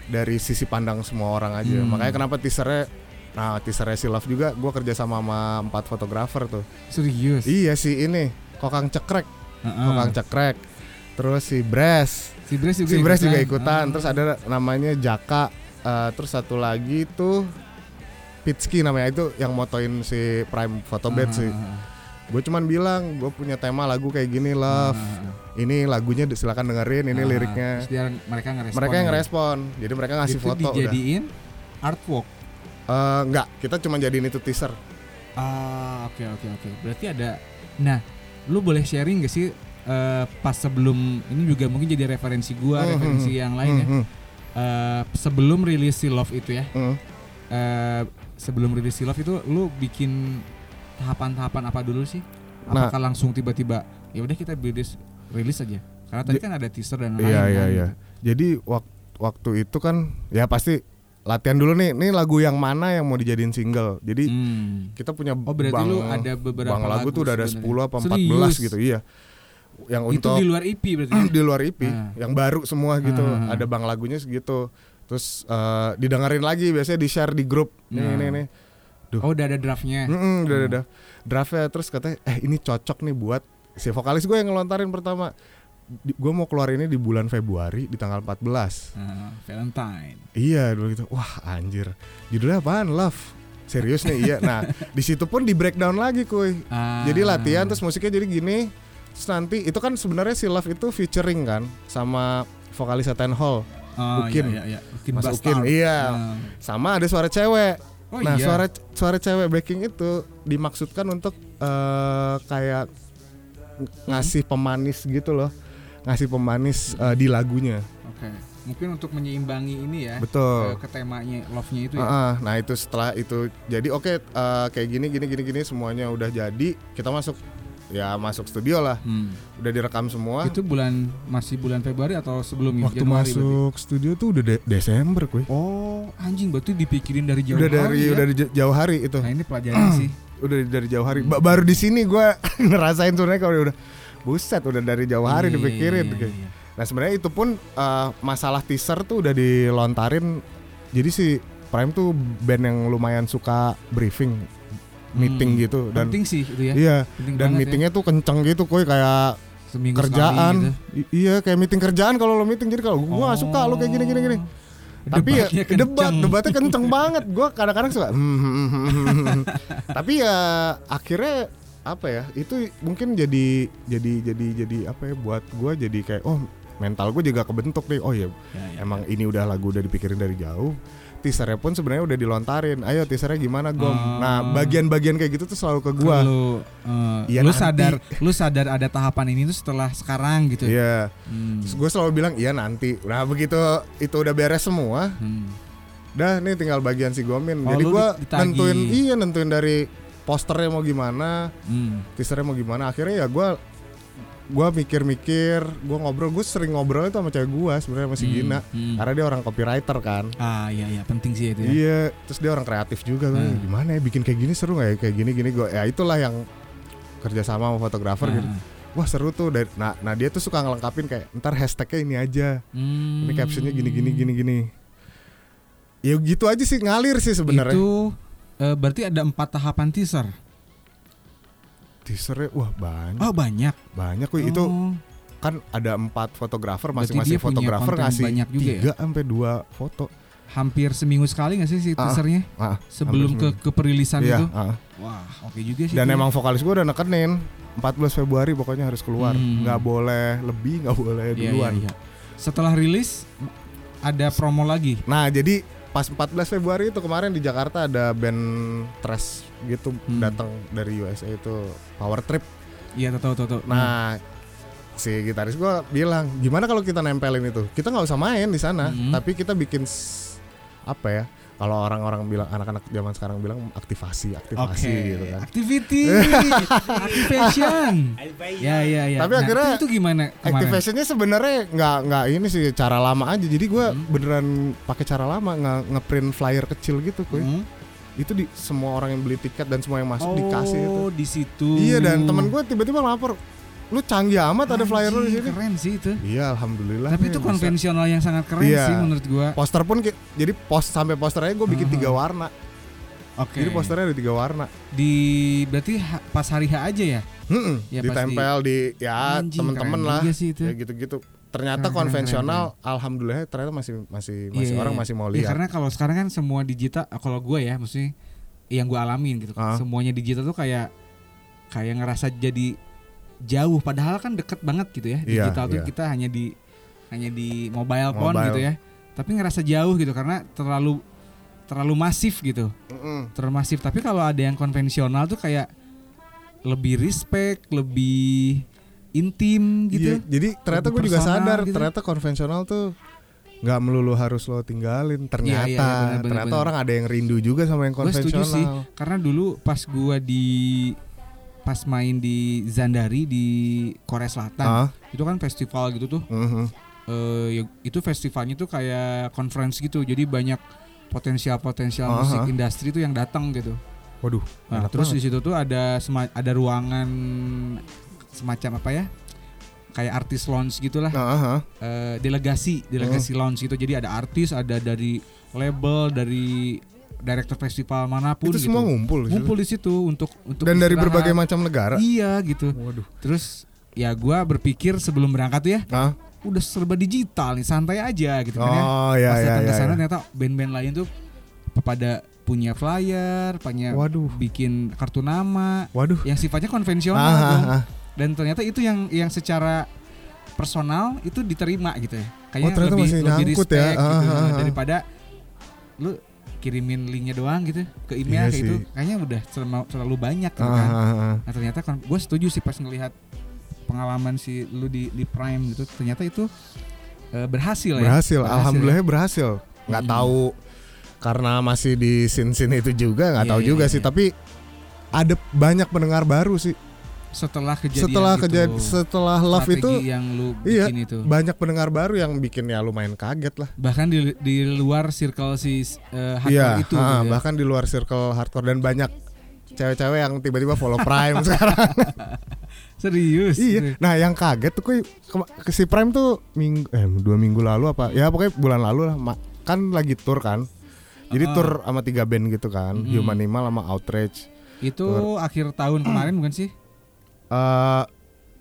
Speaker 2: dari sisi pandang semua orang aja.
Speaker 1: Hmm.
Speaker 2: Makanya kenapa teasernya Nah teasernya si Love juga gue kerja sama sama empat fotografer tuh
Speaker 1: serius
Speaker 2: Iya si ini Kokang Cekrek
Speaker 1: Heeh.
Speaker 2: Kokang Cekrek Terus si Bres
Speaker 1: si Bres juga
Speaker 2: Si Bres juga
Speaker 1: ikutan.
Speaker 2: ikutan
Speaker 1: Ah.
Speaker 2: Terus ada namanya Jaka Eh, Terus satu lagi tuh Pitski namanya itu yang motoin si Prime Photobed
Speaker 1: Ah,
Speaker 2: sih
Speaker 1: ah,
Speaker 2: Gue cuman bilang gue punya tema lagu kayak gini
Speaker 1: ah,
Speaker 2: Love
Speaker 1: ah.
Speaker 2: Ini lagunya silakan dengerin ini
Speaker 1: Ah,
Speaker 2: liriknya
Speaker 1: terus dia- mereka ngerespon
Speaker 2: mereka yang
Speaker 1: ya.
Speaker 2: ngerespon jadi mereka ngasih
Speaker 1: Itu
Speaker 2: foto udah
Speaker 1: dijadiin artwork
Speaker 2: Eh, enggak kita cuma jadiin itu teaser
Speaker 1: Ah, oke oke oke. Berarti ada. Nah, lu boleh sharing gak sih eh, pas sebelum ini juga mungkin jadi referensi gua,
Speaker 2: Hmm,
Speaker 1: referensi
Speaker 2: hmm,
Speaker 1: yang lain ya.
Speaker 2: Hmm,
Speaker 1: Eh, sebelum rilis si Love itu ya.
Speaker 2: hmm, hmm.
Speaker 1: eh, sebelum rilis si Love itu lu bikin tahapan-tahapan apa dulu sih?
Speaker 2: Nah.
Speaker 1: Apakah langsung tiba-tiba ya udah kita rilis rilis aja. Karena tadi kan ada teaser dan lain-lain.
Speaker 2: iya iya
Speaker 1: kan.
Speaker 2: iya jadi waktu waktu itu kan ya pasti latihan dulu nih nih lagu yang mana yang mau dijadiin single jadi
Speaker 1: Hmm.
Speaker 2: kita punya
Speaker 1: Oh, berarti
Speaker 2: bank,
Speaker 1: lu ada beberapa
Speaker 2: bank
Speaker 1: lagu
Speaker 2: lagu, tuh udah ada
Speaker 1: sebenarnya.
Speaker 2: 10 apa 14
Speaker 1: Serius?
Speaker 2: gitu iya yang
Speaker 1: Itu
Speaker 2: untuk
Speaker 1: di luar EP berarti. ya?
Speaker 2: <clears throat> di luar IP
Speaker 1: Ah.
Speaker 2: yang baru semua gitu
Speaker 1: Ah.
Speaker 2: ada bang lagunya segitu terus eh, didengerin lagi biasanya di share di grup nih
Speaker 1: Nah.
Speaker 2: nih nih
Speaker 1: oh, udah ada draftnya. Ah.
Speaker 2: Mm-mm, udah, udah, udah. Draftnya terus katanya, eh ini cocok nih buat si vokalis gue yang ngelontarin pertama. Gue mau keluar ini di bulan Februari di tanggal 14.
Speaker 1: Ah, Valentine.
Speaker 2: Iya, dulu gitu. Wah anjir. Judulnya apaan? Love. Serius nih iya. Nah di situ pun di breakdown lagi kuy.
Speaker 1: Ah.
Speaker 2: Jadi latihan terus musiknya jadi gini. Terus nanti itu kan sebenarnya si Love itu featuring kan sama vokalis Ten Hall
Speaker 1: Oh,
Speaker 2: Ukin.
Speaker 1: Iya, iya, iya. Ukin
Speaker 2: Mas
Speaker 1: Bastard.
Speaker 2: Ukin, iya.
Speaker 1: Ah.
Speaker 2: sama ada suara cewek.
Speaker 1: Oh,
Speaker 2: nah
Speaker 1: iya.
Speaker 2: suara suara cewek backing itu dimaksudkan untuk eh, kayak ng- ngasih pemanis gitu loh, ngasih pemanis eh, di lagunya.
Speaker 1: Oke. Mungkin untuk menyeimbangi ini ya.
Speaker 2: Betul.
Speaker 1: eh, Ke temanya love-nya itu ya.
Speaker 2: Heeh, nah itu setelah itu jadi oke eh, kayak gini gini gini gini semuanya udah jadi kita masuk ya masuk studio lah
Speaker 1: Hmm.
Speaker 2: udah direkam semua.
Speaker 1: Itu bulan masih bulan Februari atau sebelumnya?
Speaker 2: Ah. Waktu
Speaker 1: Januari Iya, berarti?
Speaker 2: masuk studio tuh udah De- Desember kuy.
Speaker 1: Oh, anjing berarti dipikirin dari jauh
Speaker 2: Udah dari
Speaker 1: hari ya?
Speaker 2: udah Ah. dari j- jauh hari itu.
Speaker 1: Nah, ini pelajaran sih.
Speaker 2: udah dari jauh
Speaker 1: Hmm.
Speaker 2: hari Ba- baru di sini gua <laughs> ngerasain sebenarnya kalau udah buset udah dari jauh hari
Speaker 1: Iya,
Speaker 2: dipikirin
Speaker 1: iya,
Speaker 2: kayak.
Speaker 1: iya.
Speaker 2: nah sebenarnya itu pun eh, masalah teaser tuh udah dilontarin jadi si Prime tuh band yang lumayan suka briefing meeting
Speaker 1: Hmm.
Speaker 2: gitu dan
Speaker 1: penting sih itu ya.
Speaker 2: iya
Speaker 1: Penting
Speaker 2: dan
Speaker 1: banget
Speaker 2: meetingnya tuh kenceng gitu kuy kayak
Speaker 1: ya. Seminggu
Speaker 2: kerjaan
Speaker 1: sekali gitu. Oh.
Speaker 2: I- iya kayak meeting kerjaan kalau lo meeting jadi kalau gua nggak suka lo kayak gini gini gini tapi ya
Speaker 1: Debatnya
Speaker 2: debat
Speaker 1: kenceng.
Speaker 2: debatnya kenceng banget gue kadang-kadang suka "Hmm, hmm, hmm, hmm,
Speaker 1: <laughs>
Speaker 2: hmm." tapi ya akhirnya apa ya itu mungkin jadi jadi jadi jadi apa ya buat gue jadi kayak oh mental gue juga kebentuk nih oh iya
Speaker 1: Ya, ya.
Speaker 2: emang ini udah lagu udah dipikirin dari jauh teasernya pun sebenarnya udah dilontarin ayo teasernya gimana gom
Speaker 1: Oh.
Speaker 2: nah bagian-bagian kayak gitu tuh selalu ke gua
Speaker 1: Lu, eh,
Speaker 2: Iya,
Speaker 1: lu
Speaker 2: nanti.
Speaker 1: sadar, lu sadar ada tahapan ini tuh setelah sekarang gitu. ya
Speaker 2: Iya,
Speaker 1: Hmm,
Speaker 2: gue selalu bilang iya nanti. Nah begitu itu udah beres semua,
Speaker 1: hmm.
Speaker 2: dah nih tinggal bagian si Gomin.
Speaker 1: Oh,
Speaker 2: Jadi
Speaker 1: lu
Speaker 2: gue
Speaker 1: di- ditagi.
Speaker 2: nentuin, iya nentuin dari posternya mau gimana,
Speaker 1: Hmm.
Speaker 2: teasernya mau gimana. Akhirnya ya gue gue mikir-mikir, gue ngobrol, gue sering ngobrol itu sama cewek gue sebenarnya masih
Speaker 1: Hmm,
Speaker 2: Gina,
Speaker 1: hmm.
Speaker 2: karena dia orang copywriter kan.
Speaker 1: Ah iya iya penting sih itu ya.
Speaker 2: Iya, terus dia orang kreatif juga gua,
Speaker 1: Hmm.
Speaker 2: Gimana ya bikin kayak gini seru nggak ya kayak gini gini gue. Ya itulah yang kerjasama sama fotografer
Speaker 1: Ah,
Speaker 2: gitu. Wah seru tuh. dari- Nah, nah dia tuh suka ngelengkapin kayak ntar hashtagnya ini aja.
Speaker 1: hmm.
Speaker 2: Ini captionnya gini gini gini gini. Ya gitu aja sih ngalir sih sebenarnya.
Speaker 1: Itu eh, berarti ada empat tahapan teaser.
Speaker 2: Teasernya wah banyak
Speaker 1: Oh banyak.
Speaker 2: banyak wih itu
Speaker 1: Oh,
Speaker 2: kan ada empat fotografer
Speaker 1: Berarti
Speaker 2: masing-masing
Speaker 1: dia punya
Speaker 2: fotografer
Speaker 1: konten
Speaker 2: ngasih
Speaker 1: banyak juga ya?
Speaker 2: tiga sampai dua foto
Speaker 1: hampir seminggu sekali nggak sih si
Speaker 2: Ah,
Speaker 1: teasernya
Speaker 2: Ah,
Speaker 1: sebelum ke
Speaker 2: hampir
Speaker 1: keperilisan
Speaker 2: iya,
Speaker 1: itu?
Speaker 2: ah.
Speaker 1: Wah oke juga sih.
Speaker 2: dan
Speaker 1: itu. ya.
Speaker 2: emang vokalis gue udah nekenin 14 Februari pokoknya harus keluar
Speaker 1: Hmm.
Speaker 2: nggak boleh lebih nggak boleh
Speaker 1: Iya, iya,
Speaker 2: duluan
Speaker 1: iya. Setelah rilis ada promo lagi.
Speaker 2: nah jadi pas 14 Februari itu kemarin di Jakarta ada band Trash gitu
Speaker 1: Hmm.
Speaker 2: datang dari USA itu Power Trip
Speaker 1: Iya tahu tahu tahu.
Speaker 2: Nah, si gitaris gua bilang, gimana kalau kita nempelin itu? Kita nggak usah main di sana,
Speaker 1: Mhm.
Speaker 2: tapi kita bikin s- apa ya? Kalau orang-orang bilang anak-anak zaman sekarang bilang aktivasi,
Speaker 1: oke.
Speaker 2: aktivasi gitu kan. <laughs>
Speaker 1: Activity, activation. Ya ya ya.
Speaker 2: Tapi akhirnya
Speaker 1: itu gimana kemarin? Hmm?
Speaker 2: Activationnya sebenarnya nggak nggak ini sih cara lama aja. Jadi gua
Speaker 1: Mhm.
Speaker 2: beneran pakai cara lama nge ngeprint flyer kecil gitu, kuy.
Speaker 1: Hmm?
Speaker 2: Itu di semua orang yang beli tiket dan semua yang
Speaker 1: oh,
Speaker 2: masuk dikasih itu.
Speaker 1: di situ.
Speaker 2: Iya dan teman gue tiba-tiba lapor, lu canggih amat ada flyer lu di
Speaker 1: Anjing,
Speaker 2: sini.
Speaker 1: Keren sih itu.
Speaker 2: Iya alhamdulillah.
Speaker 1: Tapi
Speaker 2: nih,
Speaker 1: itu
Speaker 2: bisa.
Speaker 1: konvensional yang sangat keren
Speaker 2: Iya.
Speaker 1: sih menurut gua.
Speaker 2: poster pun ki- jadi pos sampai posternya gue bikin
Speaker 1: Aha.
Speaker 2: tiga warna
Speaker 1: Oke.
Speaker 2: jadi posternya ada tiga warna
Speaker 1: di berarti ha- pas hari H aja ya?
Speaker 2: Mm-mm.
Speaker 1: Ya, pas
Speaker 2: ditempel di, ya
Speaker 1: Anjing,
Speaker 2: temen-temen
Speaker 1: keren
Speaker 2: lah
Speaker 1: juga sih itu.
Speaker 2: ya gitu-gitu
Speaker 1: Keren,
Speaker 2: ternyata
Speaker 1: keren,
Speaker 2: konvensional alhamdulillah ternyata masih masih masih
Speaker 1: Iya,
Speaker 2: orang
Speaker 1: iya.
Speaker 2: masih mau
Speaker 1: Iya,
Speaker 2: lihat
Speaker 1: karena kalau sekarang kan semua digital kalau gua ya maksudnya yang gua alamin gitu.
Speaker 2: Ah.
Speaker 1: Semuanya digital tuh kayak kayak ngerasa jadi jauh padahal kan deket banget gitu ya.
Speaker 2: Iya,
Speaker 1: Digital tuh
Speaker 2: iya.
Speaker 1: kita hanya di hanya di mobile phone
Speaker 2: Mobile.
Speaker 1: gitu ya. Tapi ngerasa jauh gitu karena terlalu terlalu masif gitu.
Speaker 2: Mm-mm.
Speaker 1: termasif tapi kalau ada yang konvensional tuh kayak lebih respect lebih intim
Speaker 2: Iya,
Speaker 1: gitu
Speaker 2: jadi ternyata gue juga
Speaker 1: personal
Speaker 2: sadar
Speaker 1: gitu.
Speaker 2: ternyata konvensional tuh nggak melulu harus lo tinggalin ternyata
Speaker 1: iya, bener, bener,
Speaker 2: ternyata
Speaker 1: bener.
Speaker 2: orang ada yang rindu juga sama yang
Speaker 1: Gua setuju
Speaker 2: konvensional
Speaker 1: sih karena dulu pas gua di pas main di Zandari di Korea Selatan
Speaker 2: Ah,
Speaker 1: itu kan festival gitu tuh
Speaker 2: mhm.
Speaker 1: eh, ya, itu festivalnya tuh kayak conference gitu jadi banyak potensial-potensial
Speaker 2: Aha.
Speaker 1: musik industri tuh yang datang gitu
Speaker 2: waduh
Speaker 1: Nah,
Speaker 2: enak
Speaker 1: terus di
Speaker 2: banget.
Speaker 1: situ tuh ada sema- ada ruangan semacam apa ya? Kayak artis lounge gitulah.
Speaker 2: Nah, Oh. aha.
Speaker 1: eh, delegasi, delegasi lounge gitu. Jadi ada artis, ada dari label, dari director festival manapun
Speaker 2: itu
Speaker 1: gitu.
Speaker 2: semua ngumpul di situ.
Speaker 1: Ngumpul di situ untuk untuk
Speaker 2: dan dari
Speaker 1: istirahat.
Speaker 2: berbagai macam negara
Speaker 1: Iya gitu.
Speaker 2: waduh
Speaker 1: Terus ya gua berpikir sebelum berangkat tuh ya,
Speaker 2: ah
Speaker 1: udah serba digital nih, santai aja gitu kan ya.
Speaker 2: Oh ya
Speaker 1: Pas
Speaker 2: ya
Speaker 1: datang
Speaker 2: ya.
Speaker 1: ke sana
Speaker 2: ya.
Speaker 1: ternyata band-band lain tuh pada punya flyer, punya
Speaker 2: Waduh,
Speaker 1: bikin kartu nama
Speaker 2: waduh.
Speaker 1: yang sifatnya konvensional
Speaker 2: Ah,
Speaker 1: Iya, dong. Gitu
Speaker 2: ah, ah.
Speaker 1: dan ternyata itu yang yang secara personal itu diterima gitu ya kayaknya
Speaker 2: Oh, ternyata
Speaker 1: lebih
Speaker 2: masih
Speaker 1: lebih
Speaker 2: nyangkut
Speaker 1: respect
Speaker 2: ya.
Speaker 1: gitu
Speaker 2: Ah, ah, ah.
Speaker 1: daripada lu kirimin linknya doang gitu ke email
Speaker 2: Iya
Speaker 1: kayak itu
Speaker 2: sih.
Speaker 1: kayaknya udah terlalu, terlalu banyak gitu
Speaker 2: Ah,
Speaker 1: kan
Speaker 2: ah, ah.
Speaker 1: nah ternyata kan gue setuju sih pas ngelihat pengalaman si lu di di Prime gitu ternyata itu eh, berhasil, ya
Speaker 2: Berhasil,
Speaker 1: ya. Hmm.
Speaker 2: alhamdulillah berhasil. Nggak
Speaker 1: Mm-mm.
Speaker 2: tahu karena masih di sin-sin itu juga nggak
Speaker 1: Iya,
Speaker 2: tahu
Speaker 1: iya,
Speaker 2: juga
Speaker 1: iya,
Speaker 2: sih,
Speaker 1: iya.
Speaker 2: tapi ada banyak pendengar baru sih.
Speaker 1: setelah kejadian
Speaker 2: setelah
Speaker 1: itu,
Speaker 2: kejadian setelah love
Speaker 1: gitu strategi
Speaker 2: itu
Speaker 1: yang lu
Speaker 2: iya.
Speaker 1: bikin itu
Speaker 2: banyak pendengar baru yang bikin ya lumayan kaget lah.
Speaker 1: bahkan di di luar circle si eh, hardcore
Speaker 2: Iya,
Speaker 1: itu gitu
Speaker 2: ah,
Speaker 1: ya.
Speaker 2: bahkan di luar circle hardcore dan banyak cewek-cewek yang tiba-tiba follow Prime <laughs> sekarang.
Speaker 1: serius
Speaker 2: iya. Nah, yang kaget tuh kuy, kema- ke si Prime tuh minggu eh dua minggu lalu apa? Ya pokoknya bulan lalu lah, ma- kan lagi tour kan. Jadi
Speaker 1: Ah.
Speaker 2: tour sama tiga band gitu kan,
Speaker 1: Mhm.
Speaker 2: Human Animal sama Outrage.
Speaker 1: Itu
Speaker 2: Tur.
Speaker 1: akhir tahun kemarin bukan sih?
Speaker 2: Eh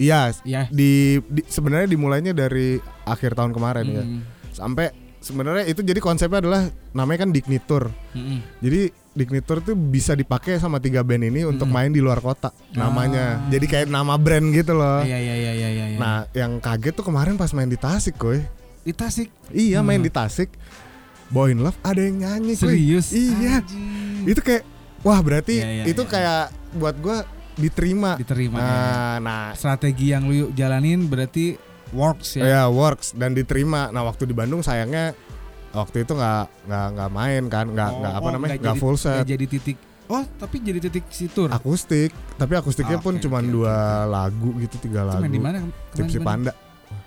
Speaker 2: iya,
Speaker 1: Ya.
Speaker 2: di, di- sebenarnya dimulainya dari akhir tahun kemarin ya.
Speaker 1: Mm,
Speaker 2: Sampai sebenarnya itu jadi konsepnya adalah namanya kan Dignitur.
Speaker 1: mm, mm.
Speaker 2: Jadi Dignitur tuh bisa dipakai sama tiga band ini untuk
Speaker 1: Hmm.
Speaker 2: main di luar kota namanya. Jadi kayak nama brand gitu
Speaker 1: Ah.
Speaker 2: loh.
Speaker 1: Iya iya iya iya iya. iya.
Speaker 2: Nah, yang kaget tuh kemarin pas main di Tasik, kuy.
Speaker 1: di Tasik Hmm.
Speaker 2: Iya, main di Tasik. Boy in Love ada yang nyanyi, kuy.
Speaker 1: serius.
Speaker 2: Iya.
Speaker 1: Anjing.
Speaker 2: Itu kayak wah, berarti
Speaker 1: Iya, iya,
Speaker 2: itu
Speaker 1: iya.
Speaker 2: kayak buat gua diterima.
Speaker 1: Diterima, iya,
Speaker 2: Nah, nah
Speaker 1: Strategi yang lu jalanin berarti works ya.
Speaker 2: Ya works dan diterima. Nah waktu di Bandung sayangnya waktu itu nggak nggak nggak main kan nggak
Speaker 1: Oh,
Speaker 2: nggak apa
Speaker 1: oh,
Speaker 2: namanya
Speaker 1: nggak
Speaker 2: nggak
Speaker 1: jadi-
Speaker 2: full
Speaker 1: nggak
Speaker 2: set
Speaker 1: jadi titik. Oh, tapi jadi titik situr.
Speaker 2: akustik tapi akustiknya
Speaker 1: Oh,
Speaker 2: pun
Speaker 1: oke,
Speaker 2: cuma
Speaker 1: oke,
Speaker 2: dua lagu gitu tiga
Speaker 1: Itu
Speaker 2: lagu
Speaker 1: main di mana? Kemarin
Speaker 2: Tipsy
Speaker 1: di mana?
Speaker 2: Panda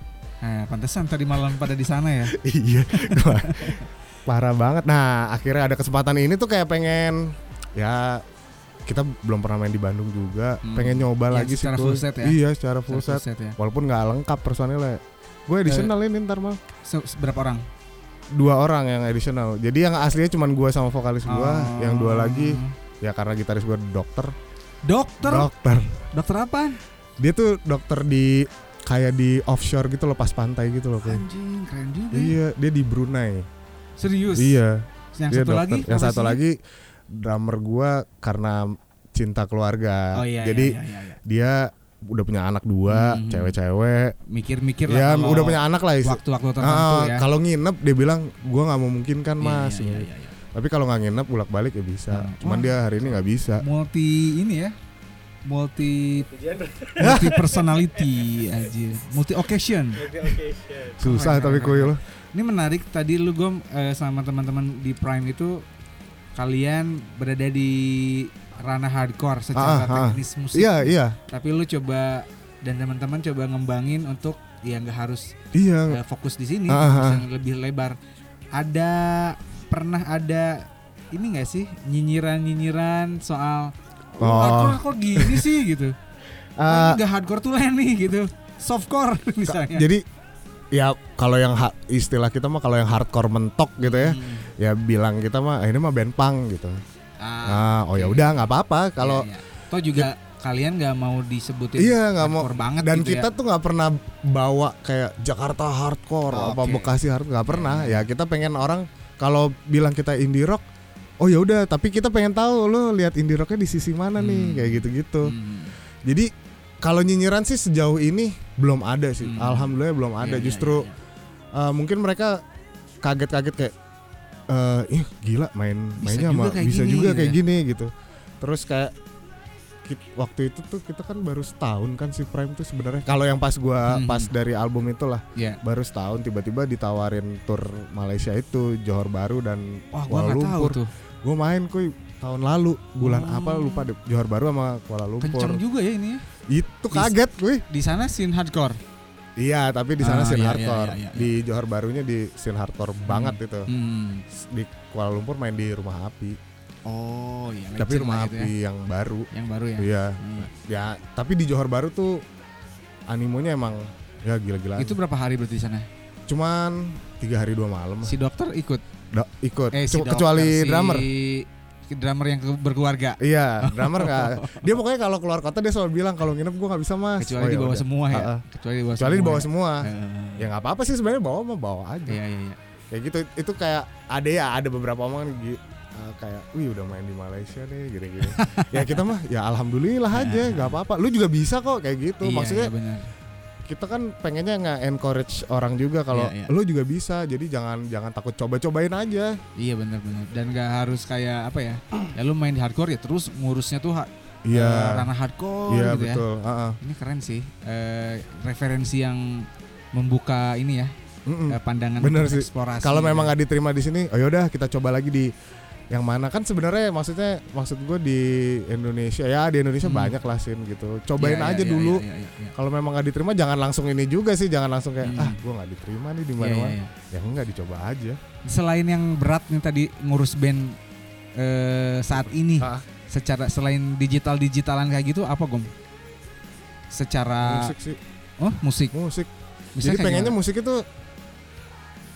Speaker 2: <laughs>
Speaker 1: Nah, pantesan tadi malam pada di sana ya.
Speaker 2: iya Wah, <laughs> parah banget nah akhirnya ada kesempatan ini tuh kayak pengen ya kita belum pernah main di Bandung juga
Speaker 1: Hmm.
Speaker 2: pengen nyoba
Speaker 1: Ya,
Speaker 2: lagi sih,
Speaker 1: secara
Speaker 2: Kuy.
Speaker 1: full set ya.
Speaker 2: iya secara <laughs> full
Speaker 1: Satu
Speaker 2: set
Speaker 1: set ya. Eh,
Speaker 2: walaupun nggak lengkap personilnya gue additional ini ntar mal
Speaker 1: Se- Berapa orang?
Speaker 2: dua orang yang additional jadi yang aslinya cuma gue sama vokalis gue
Speaker 1: Oh.
Speaker 2: yang dua lagi ya karena gitaris gue dokter
Speaker 1: Dokter?
Speaker 2: dokter
Speaker 1: Dokter apa?
Speaker 2: dia tuh dokter di kayak di offshore gitu loh pas pantai gitu loh kayak.
Speaker 1: Anjing, keren juga. ya.
Speaker 2: iya dia di Brunei
Speaker 1: Serius.
Speaker 2: iya
Speaker 1: Yang
Speaker 2: dia
Speaker 1: satu
Speaker 2: dokter.
Speaker 1: lagi?
Speaker 2: yang satu
Speaker 1: profesinya?
Speaker 2: lagi drummer gue karena cinta
Speaker 1: Oh
Speaker 2: keluarga
Speaker 1: iya.
Speaker 2: jadi
Speaker 1: iya, iya, iya.
Speaker 2: dia udah punya anak dua
Speaker 1: Mhm.
Speaker 2: cewek-cewek
Speaker 1: mikir-mikir lah.
Speaker 2: ya
Speaker 1: kalau
Speaker 2: udah punya anak lah isti-
Speaker 1: waktu-waktu tertentu
Speaker 2: Ah,
Speaker 1: ya.
Speaker 2: kalau nginep dia bilang gue nggak memungkinkan
Speaker 1: Iya,
Speaker 2: mas
Speaker 1: iya, iya, iya.
Speaker 2: tapi kalau nggak nginep bolak balik ya bisa
Speaker 1: Hmm.
Speaker 2: cuman
Speaker 1: Wah.
Speaker 2: dia hari ini nggak bisa
Speaker 1: Multi ini ya. Multi
Speaker 3: Ujian
Speaker 1: multi personality aja multi occasion
Speaker 3: oke oke siap.
Speaker 1: Hmm.
Speaker 2: susah tapi kuy lo
Speaker 1: ini menarik tadi lu gom eh, sama teman-teman di Prime itu kalian berada di ranah hardcore secara
Speaker 2: Ah, ah, ah.
Speaker 1: teknis musik
Speaker 2: iya iya
Speaker 1: tapi lu coba dan teman-teman coba ngembangin untuk ya nggak harus
Speaker 2: iya
Speaker 1: eh, fokus di sini
Speaker 2: Ah, ah,
Speaker 1: bisa
Speaker 2: ah.
Speaker 1: lebih lebar ada pernah ada ini gak sih nyinyiran-nyinyiran soal
Speaker 2: Oh.
Speaker 1: hardcore kok gini
Speaker 2: <laughs>
Speaker 1: sih gitu
Speaker 2: Ah,
Speaker 1: Gak hardcore tuh lah nih gitu Softcore
Speaker 2: Ka-
Speaker 1: misalnya
Speaker 2: Jadi ya kalau yang ha- istilah kita mah kalau yang hardcore mentok gitu ya,
Speaker 1: Hmm.
Speaker 2: ya bilang kita mah "Ah, ini mah band punk gitu.
Speaker 1: Ah,
Speaker 2: Ah, oh ya udah nggak apa-apa kalau
Speaker 1: iya, iya. Toh juga kalian nggak mau disebutin
Speaker 2: Iya, nggak mau.
Speaker 1: hardcore banget
Speaker 2: dan
Speaker 1: gitu ya.
Speaker 2: kita tuh nggak pernah bawa kayak Jakarta hardcore
Speaker 1: Oh,
Speaker 2: apa
Speaker 1: oke. Hmm.
Speaker 2: Bekasi hardcore nggak pernah. Ya kita pengen orang kalau bilang kita indie rock, oh ya udah. Tapi kita pengen tahu lo lihat indie rocknya di sisi mana nih
Speaker 1: Hmm.
Speaker 2: kayak gitu-gitu.
Speaker 1: Hmm.
Speaker 2: Jadi kalau nyinyiran sih sejauh ini belum ada sih.
Speaker 1: Hmm.
Speaker 2: Alhamdulillah belum ada.
Speaker 1: Iya, iya,
Speaker 2: Justru
Speaker 1: iya, iya.
Speaker 2: Eh, mungkin mereka kaget-kaget kayak eh ih gila main mainnya
Speaker 1: juga
Speaker 2: sama,
Speaker 1: kayak
Speaker 2: bisa
Speaker 1: gini,
Speaker 2: juga
Speaker 1: gitu
Speaker 2: kayak
Speaker 1: ya.
Speaker 2: gini gitu terus kayak ki- waktu itu tuh kita kan baru setahun kan si Prime tuh sebenarnya kalau yang pas gua
Speaker 1: Hmm.
Speaker 2: pas dari album itulah
Speaker 1: Iya.
Speaker 2: baru setahun tiba-tiba ditawarin tur Malaysia itu Johor Baru dan
Speaker 1: Wah, gua nggak
Speaker 2: Kuala
Speaker 1: tahu
Speaker 2: Lumpur
Speaker 1: tuh.
Speaker 2: gue main kuy tahun lalu bulan
Speaker 1: Oh.
Speaker 2: apa lupa deh Johor Baru sama Kuala Lumpur
Speaker 1: Kenceng juga ya ini ya.
Speaker 2: itu
Speaker 1: Di-
Speaker 2: kaget kuy
Speaker 1: Di sana scene hardcore.
Speaker 2: iya tapi di sana
Speaker 1: Ah, iya,
Speaker 2: scene
Speaker 1: iya,
Speaker 2: hardcore
Speaker 1: iya, iya, iya.
Speaker 2: di Johor Barunya di scene hardcore banget itu
Speaker 1: Hmm.
Speaker 2: di Kuala Lumpur main di rumah api,
Speaker 1: Oh, iya.
Speaker 2: tapi
Speaker 1: legend
Speaker 2: rumah
Speaker 1: lah gitu
Speaker 2: api
Speaker 1: ya.
Speaker 2: yang baru.
Speaker 1: yang baru ya.
Speaker 2: Iya.
Speaker 1: Hmm.
Speaker 2: Ya, tapi di Johor Baru tuh animonya emang ya gila-gilaan.
Speaker 1: Itu berapa hari berarti di sana?
Speaker 2: cuman tiga hari dua malam
Speaker 1: Si dokter ikut.
Speaker 2: da- ikut.
Speaker 1: Eh, si
Speaker 2: Cuma-
Speaker 1: dokter,
Speaker 2: kecuali
Speaker 1: si
Speaker 2: drummer.
Speaker 1: drummer yang ke- berkeluarga.
Speaker 2: Iya,
Speaker 1: <laughs>
Speaker 2: drummer nggak. Dia pokoknya kalau keluar kota dia selalu bilang kalau nginep gua nggak bisa mas.
Speaker 1: Kecuali
Speaker 2: Oh, ya
Speaker 1: di bawah
Speaker 2: udah.
Speaker 1: semua ya.
Speaker 2: Ah, ah.
Speaker 1: Kecuali di bawah
Speaker 2: Kecuali di bawah
Speaker 1: semua.
Speaker 2: semua.
Speaker 1: ya.
Speaker 2: Ya nggak apa-apa sih sebenarnya bawa mah bawa aja.
Speaker 1: Eh, Iya, iya, iya.
Speaker 2: Kayak gitu. Itu kayak ada ya ada beberapa omongan gi- eh, kayak, wih udah main di Malaysia deh
Speaker 1: <laughs>
Speaker 2: gini-gini. ya kita mah ya alhamdulillah aja, nggak apa-apa. Lu juga bisa kok kayak
Speaker 1: Iya,
Speaker 2: gitu. Maksudnya
Speaker 1: iya, benar.
Speaker 2: kita kan pengennya nggak encourage orang juga kalau
Speaker 1: Iya, iya.
Speaker 2: lu juga bisa jadi jangan jangan takut coba-cobain aja
Speaker 1: Iya benar-benar dan nggak harus kayak apa ya? Ya lu main di hardcore ya terus ngurusnya tuh ha- eh, ranah hardcore gitu ya.
Speaker 2: iya betul Heeh.
Speaker 1: Ini keren sih eh, referensi yang membuka ini ya
Speaker 2: Mm-mm.
Speaker 1: eh, pandangan
Speaker 2: Bener
Speaker 1: untuk
Speaker 2: Hmm. sih.
Speaker 1: eksplorasi. ya.
Speaker 2: kalau memang nggak diterima di sini oh yaudah kita coba lagi di yang mana kan sebenarnya maksudnya maksud gue di Indonesia ya di Indonesia
Speaker 1: Hmm.
Speaker 2: banyak lah scene gitu
Speaker 1: Iya,
Speaker 2: cobain
Speaker 1: iya,
Speaker 2: aja
Speaker 1: iya,
Speaker 2: dulu
Speaker 1: Iya, iya, iya.
Speaker 2: kalau memang nggak diterima jangan langsung ini juga sih jangan langsung kayak
Speaker 1: Hmm.
Speaker 2: ah gue nggak diterima nih di
Speaker 1: Iya,
Speaker 2: mana
Speaker 1: iya,
Speaker 2: mana
Speaker 1: iya.
Speaker 2: ya enggak dicoba aja
Speaker 1: Selain yang berat nih tadi ngurus band eh, saat ini
Speaker 2: Ah.
Speaker 1: secara selain digital digitalan kayak gitu apa gom? Secara
Speaker 2: musik sih
Speaker 1: oh musik.
Speaker 2: musik
Speaker 1: Misalnya
Speaker 2: jadi
Speaker 1: kayak
Speaker 2: pengennya
Speaker 1: gimana?
Speaker 2: musik itu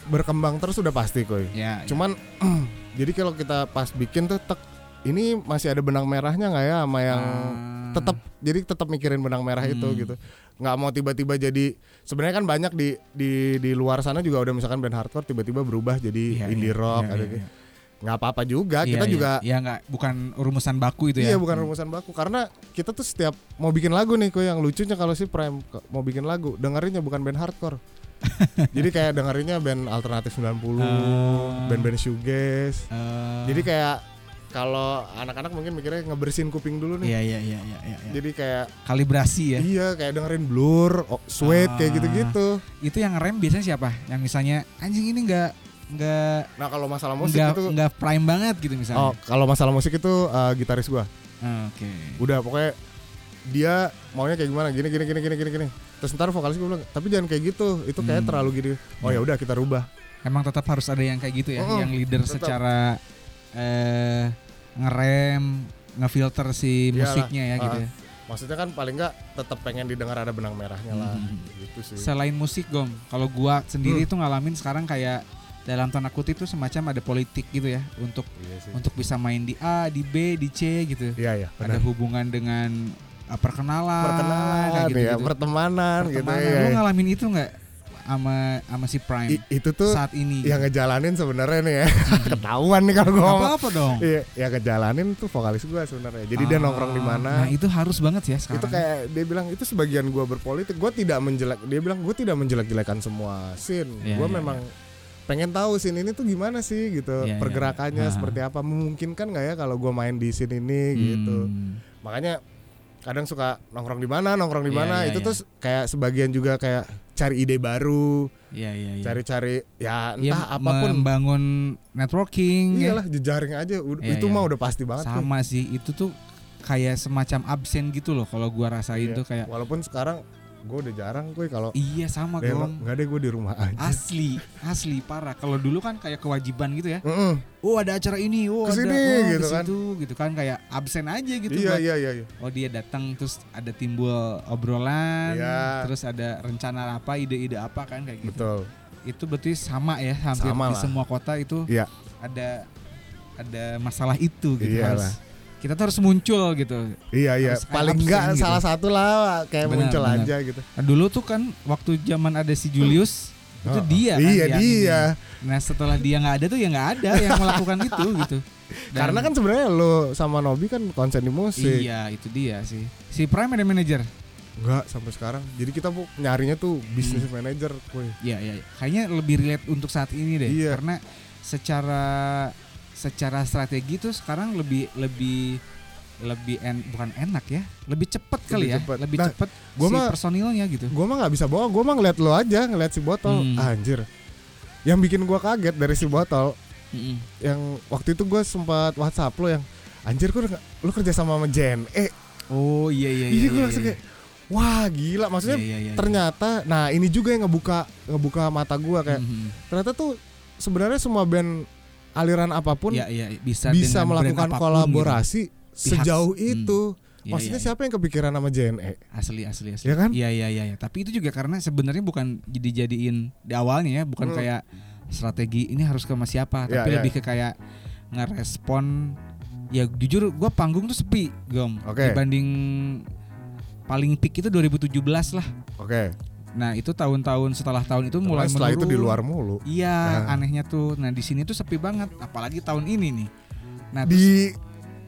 Speaker 2: berkembang terus udah pasti koi
Speaker 1: ya, ya.
Speaker 2: Cuman <clears throat> jadi kalau kita pas bikin tuh tek ini masih ada benang merahnya nggak ya sama yang
Speaker 1: Ah.
Speaker 2: tetap jadi tetap mikirin benang merah itu
Speaker 1: Hmm.
Speaker 2: gitu. nggak mau tiba-tiba jadi sebenarnya kan banyak di di di luar sana juga udah misalkan band hardcore tiba-tiba berubah
Speaker 1: Iya,
Speaker 2: jadi
Speaker 1: iya,
Speaker 2: indie rock
Speaker 1: iya,
Speaker 2: ada
Speaker 1: iya,
Speaker 2: gitu.
Speaker 1: iya.
Speaker 2: nggak apa-apa juga
Speaker 1: Iya,
Speaker 2: kita
Speaker 1: iya.
Speaker 2: juga
Speaker 1: ya nggak bukan rumusan baku itu ya.
Speaker 2: Iya bukan rumusan baku karena kita tuh setiap mau bikin lagu nih kok yang lucunya kalau si Prime ke- mau bikin lagu dengerinnya bukan band
Speaker 1: <laughs>
Speaker 2: hardcore. Jadi kayak dengerinnya band alternatif 90,
Speaker 1: Ah.
Speaker 2: band-band shoegaze.
Speaker 1: Eh,
Speaker 2: Jadi kayak kalau anak-anak mungkin mikirnya ngebersihin kuping dulu nih.
Speaker 1: Iya iya iya iya iya. iya.
Speaker 2: Jadi kayak
Speaker 1: Kalibrasi ya.
Speaker 2: iya kayak dengerin Blur, oh, Sweat
Speaker 1: Ah.
Speaker 2: kayak gitu-gitu.
Speaker 1: Itu yang rem biasanya siapa? Yang misalnya anjing ini nggak nggak
Speaker 2: Nah, kalau masalah musik
Speaker 1: nggak
Speaker 2: itu
Speaker 1: nggak prime banget gitu misalnya.
Speaker 2: Oh, kalau masalah musik itu eh, gitaris gua.
Speaker 1: Ah, Oke.
Speaker 2: udah pokoknya dia maunya kayak gimana gini gini gini gini gini gini terus ntar vokalis gue bilang tapi jangan kayak gitu itu kayak
Speaker 1: Hmm.
Speaker 2: terlalu gini oh ya udah kita rubah
Speaker 1: Emang tetap harus ada yang kayak gitu ya,
Speaker 2: Mm-mm,
Speaker 1: yang leader
Speaker 2: tetap.
Speaker 1: secara eh ngerem, ngefilter si
Speaker 2: Iyalah,
Speaker 1: musiknya ya gitu.
Speaker 2: ah.
Speaker 1: ya.
Speaker 2: maksudnya kan paling nggak tetap pengen didengar ada benang merahnya lah
Speaker 1: Hmm.
Speaker 2: gitu sih
Speaker 1: Selain musik gom, kalau gua sendiri
Speaker 2: Hmm.
Speaker 1: tuh ngalamin sekarang kayak dalam tanda kutip tuh semacam ada politik gitu ya untuk
Speaker 2: iya sih
Speaker 1: untuk bisa main di A, di B, di C gitu.
Speaker 2: iya iya
Speaker 1: Ada
Speaker 2: benar
Speaker 1: hubungan dengan eh, perkenalan,
Speaker 2: perkenalan
Speaker 1: kayak gitu,
Speaker 2: ya pertemanan, gitu
Speaker 1: Pertemanan.
Speaker 2: ya
Speaker 1: Lu ngalamin itu nggak sama sama si Prime
Speaker 2: I- itu tuh
Speaker 1: saat ini? Hmm.
Speaker 2: yang ngejalanin sebenarnya nih ya <laughs> ketahuan nih kalau gue
Speaker 1: Nggak
Speaker 2: ngomong
Speaker 1: apa-apa dong.
Speaker 2: iya yang ngejalanin tuh vokalis gue sebenarnya jadi dia
Speaker 1: Ah,
Speaker 2: nongkrong di mana
Speaker 1: Nah, itu harus banget ya sekarang.
Speaker 2: itu kayak dia bilang itu sebagian gua berpolitik gua tidak menjelek dia bilang gua tidak menjelek-jelekan semua scene
Speaker 1: Iya,
Speaker 2: gua
Speaker 1: iya,
Speaker 2: memang pengen tahu scene ini tuh gimana sih gitu
Speaker 1: Iya, iya, iya.
Speaker 2: pergerakannya
Speaker 1: Ah.
Speaker 2: seperti apa memungkinkan nggak ya kalau gua main di scene
Speaker 1: Hmm.
Speaker 2: ini gitu makanya kadang suka nongkrong di mana nongkrong di
Speaker 1: Iya,
Speaker 2: mana
Speaker 1: iya,
Speaker 2: itu
Speaker 1: iya.
Speaker 2: tuh kayak sebagian juga kayak cari ide baru
Speaker 1: Iya, iya, iya.
Speaker 2: cari-cari ya
Speaker 1: Ya,
Speaker 2: entah apapun
Speaker 1: membangun networking ya.
Speaker 2: iyalah jejaring aja ud-
Speaker 1: Iya,
Speaker 2: itu
Speaker 1: iya.
Speaker 2: mah udah pasti banget tuh.
Speaker 1: sama sih itu tuh kayak semacam absen gitu loh kalau gua rasain
Speaker 2: Iya.
Speaker 1: tuh gitu, kayak
Speaker 2: walaupun sekarang gua udah jarang gue kalau
Speaker 1: iya sama
Speaker 2: Dia bilang,
Speaker 1: gong
Speaker 2: nggak deh gue di rumah aja
Speaker 1: asli asli parah kalau dulu kan kayak kewajiban gitu ya
Speaker 2: Mm-mm.
Speaker 1: oh ada acara ini oh
Speaker 2: Kesini,
Speaker 1: ada oh,
Speaker 2: gitu kan.
Speaker 1: kesitu, gitu kan kayak absen aja gitu
Speaker 2: iya,
Speaker 1: buat-
Speaker 2: iya iya iya.
Speaker 1: oh dia datang terus ada timbul obrolan
Speaker 2: Iya.
Speaker 1: terus ada rencana apa ide-ide apa kan kayak gitu
Speaker 2: betul
Speaker 1: itu berarti sama ya hampir di
Speaker 2: Sama lah.
Speaker 1: semua kota itu
Speaker 2: <laughs> Iya.
Speaker 1: ada ada masalah itu gitu
Speaker 2: Iyalah.
Speaker 1: harus kita tuh harus muncul gitu
Speaker 2: iya iya
Speaker 1: Harus
Speaker 2: paling
Speaker 1: absen
Speaker 2: enggak
Speaker 1: gitu.
Speaker 2: salah satu lah kayak
Speaker 1: Benar,
Speaker 2: muncul
Speaker 1: benar.
Speaker 2: aja gitu
Speaker 1: Nah, dulu tuh kan waktu zaman ada si Julius itu
Speaker 2: Oh,
Speaker 1: dia kan
Speaker 2: iya
Speaker 1: yang
Speaker 2: dia
Speaker 1: ini. nah setelah dia nggak ada tuh ya nggak ada yang melakukan <laughs> itu gitu Dan-
Speaker 2: karena kan sebenarnya lo sama Nobi kan konsen di musik
Speaker 1: iya itu dia sih si Prime ada manager
Speaker 2: enggak sampai sekarang jadi kita bu nyarinya tuh bisnis
Speaker 1: Hmm.
Speaker 2: manager woi
Speaker 1: Iya, iya. iya. Kayaknya lebih relate untuk saat ini deh.
Speaker 2: Iya.
Speaker 1: Karena secara secara strategi tuh sekarang lebih lebih lebih en, bukan enak ya, lebih cepet kali
Speaker 2: Lebih
Speaker 1: ya,
Speaker 2: cepet.
Speaker 1: lebih
Speaker 2: Nah,
Speaker 1: cepet
Speaker 2: gua
Speaker 1: si
Speaker 2: mah-
Speaker 1: personilnya gitu.
Speaker 2: gue mah nggak bisa bawa gue mah ngeliat lo aja ngeliat si botol
Speaker 1: Hmm.
Speaker 2: anjir yang bikin gua kaget dari si botol
Speaker 1: Mm-mm.
Speaker 2: yang waktu itu gue sempat WhatsApp lo yang anjir gue lu kerja sama sama Jen eh
Speaker 1: Oh iya iya iya.
Speaker 2: iya gue langsung kayak wah gila maksudnya
Speaker 1: Iya, iya, iya, iya.
Speaker 2: ternyata nah ini juga yang ngebuka ngebuka mata gua kayak
Speaker 1: Mhm.
Speaker 2: ternyata tuh sebenarnya semua band aliran apapun
Speaker 1: Iya, iya, bisa
Speaker 2: bisa
Speaker 1: dengan brand
Speaker 2: melakukan
Speaker 1: apapun gitu.
Speaker 2: kolaborasi
Speaker 1: Pihak.
Speaker 2: sejauh
Speaker 1: Hmm.
Speaker 2: itu
Speaker 1: gitu. Iya,
Speaker 2: maksudnya
Speaker 1: iya,
Speaker 2: siapa yang kepikiran sama E? JNE
Speaker 1: iya. Asli asli asli.
Speaker 2: ya kan
Speaker 1: Iya iya iya. iya. Tapi itu juga karena sebenarnya bukan dijadiin di awalnya ya, bukan
Speaker 2: Hmm.
Speaker 1: kayak strategi ini harus ke sama siapa,
Speaker 2: Iya,
Speaker 1: tapi
Speaker 2: iya.
Speaker 1: lebih ke kayak ngerespon. Ya jujur, gua panggung tuh sepi, gom.
Speaker 2: Oke.
Speaker 1: Dibanding paling peak itu 2017 lah.
Speaker 2: oke
Speaker 1: Nah itu tahun-tahun setelah tahun itu mulai
Speaker 2: mulai setelah itu
Speaker 1: menurun.
Speaker 2: di luar mulu
Speaker 1: Iya,
Speaker 2: Nah.
Speaker 1: anehnya tuh. Nah di sini tuh sepi banget, apalagi tahun ini nih. Nah terus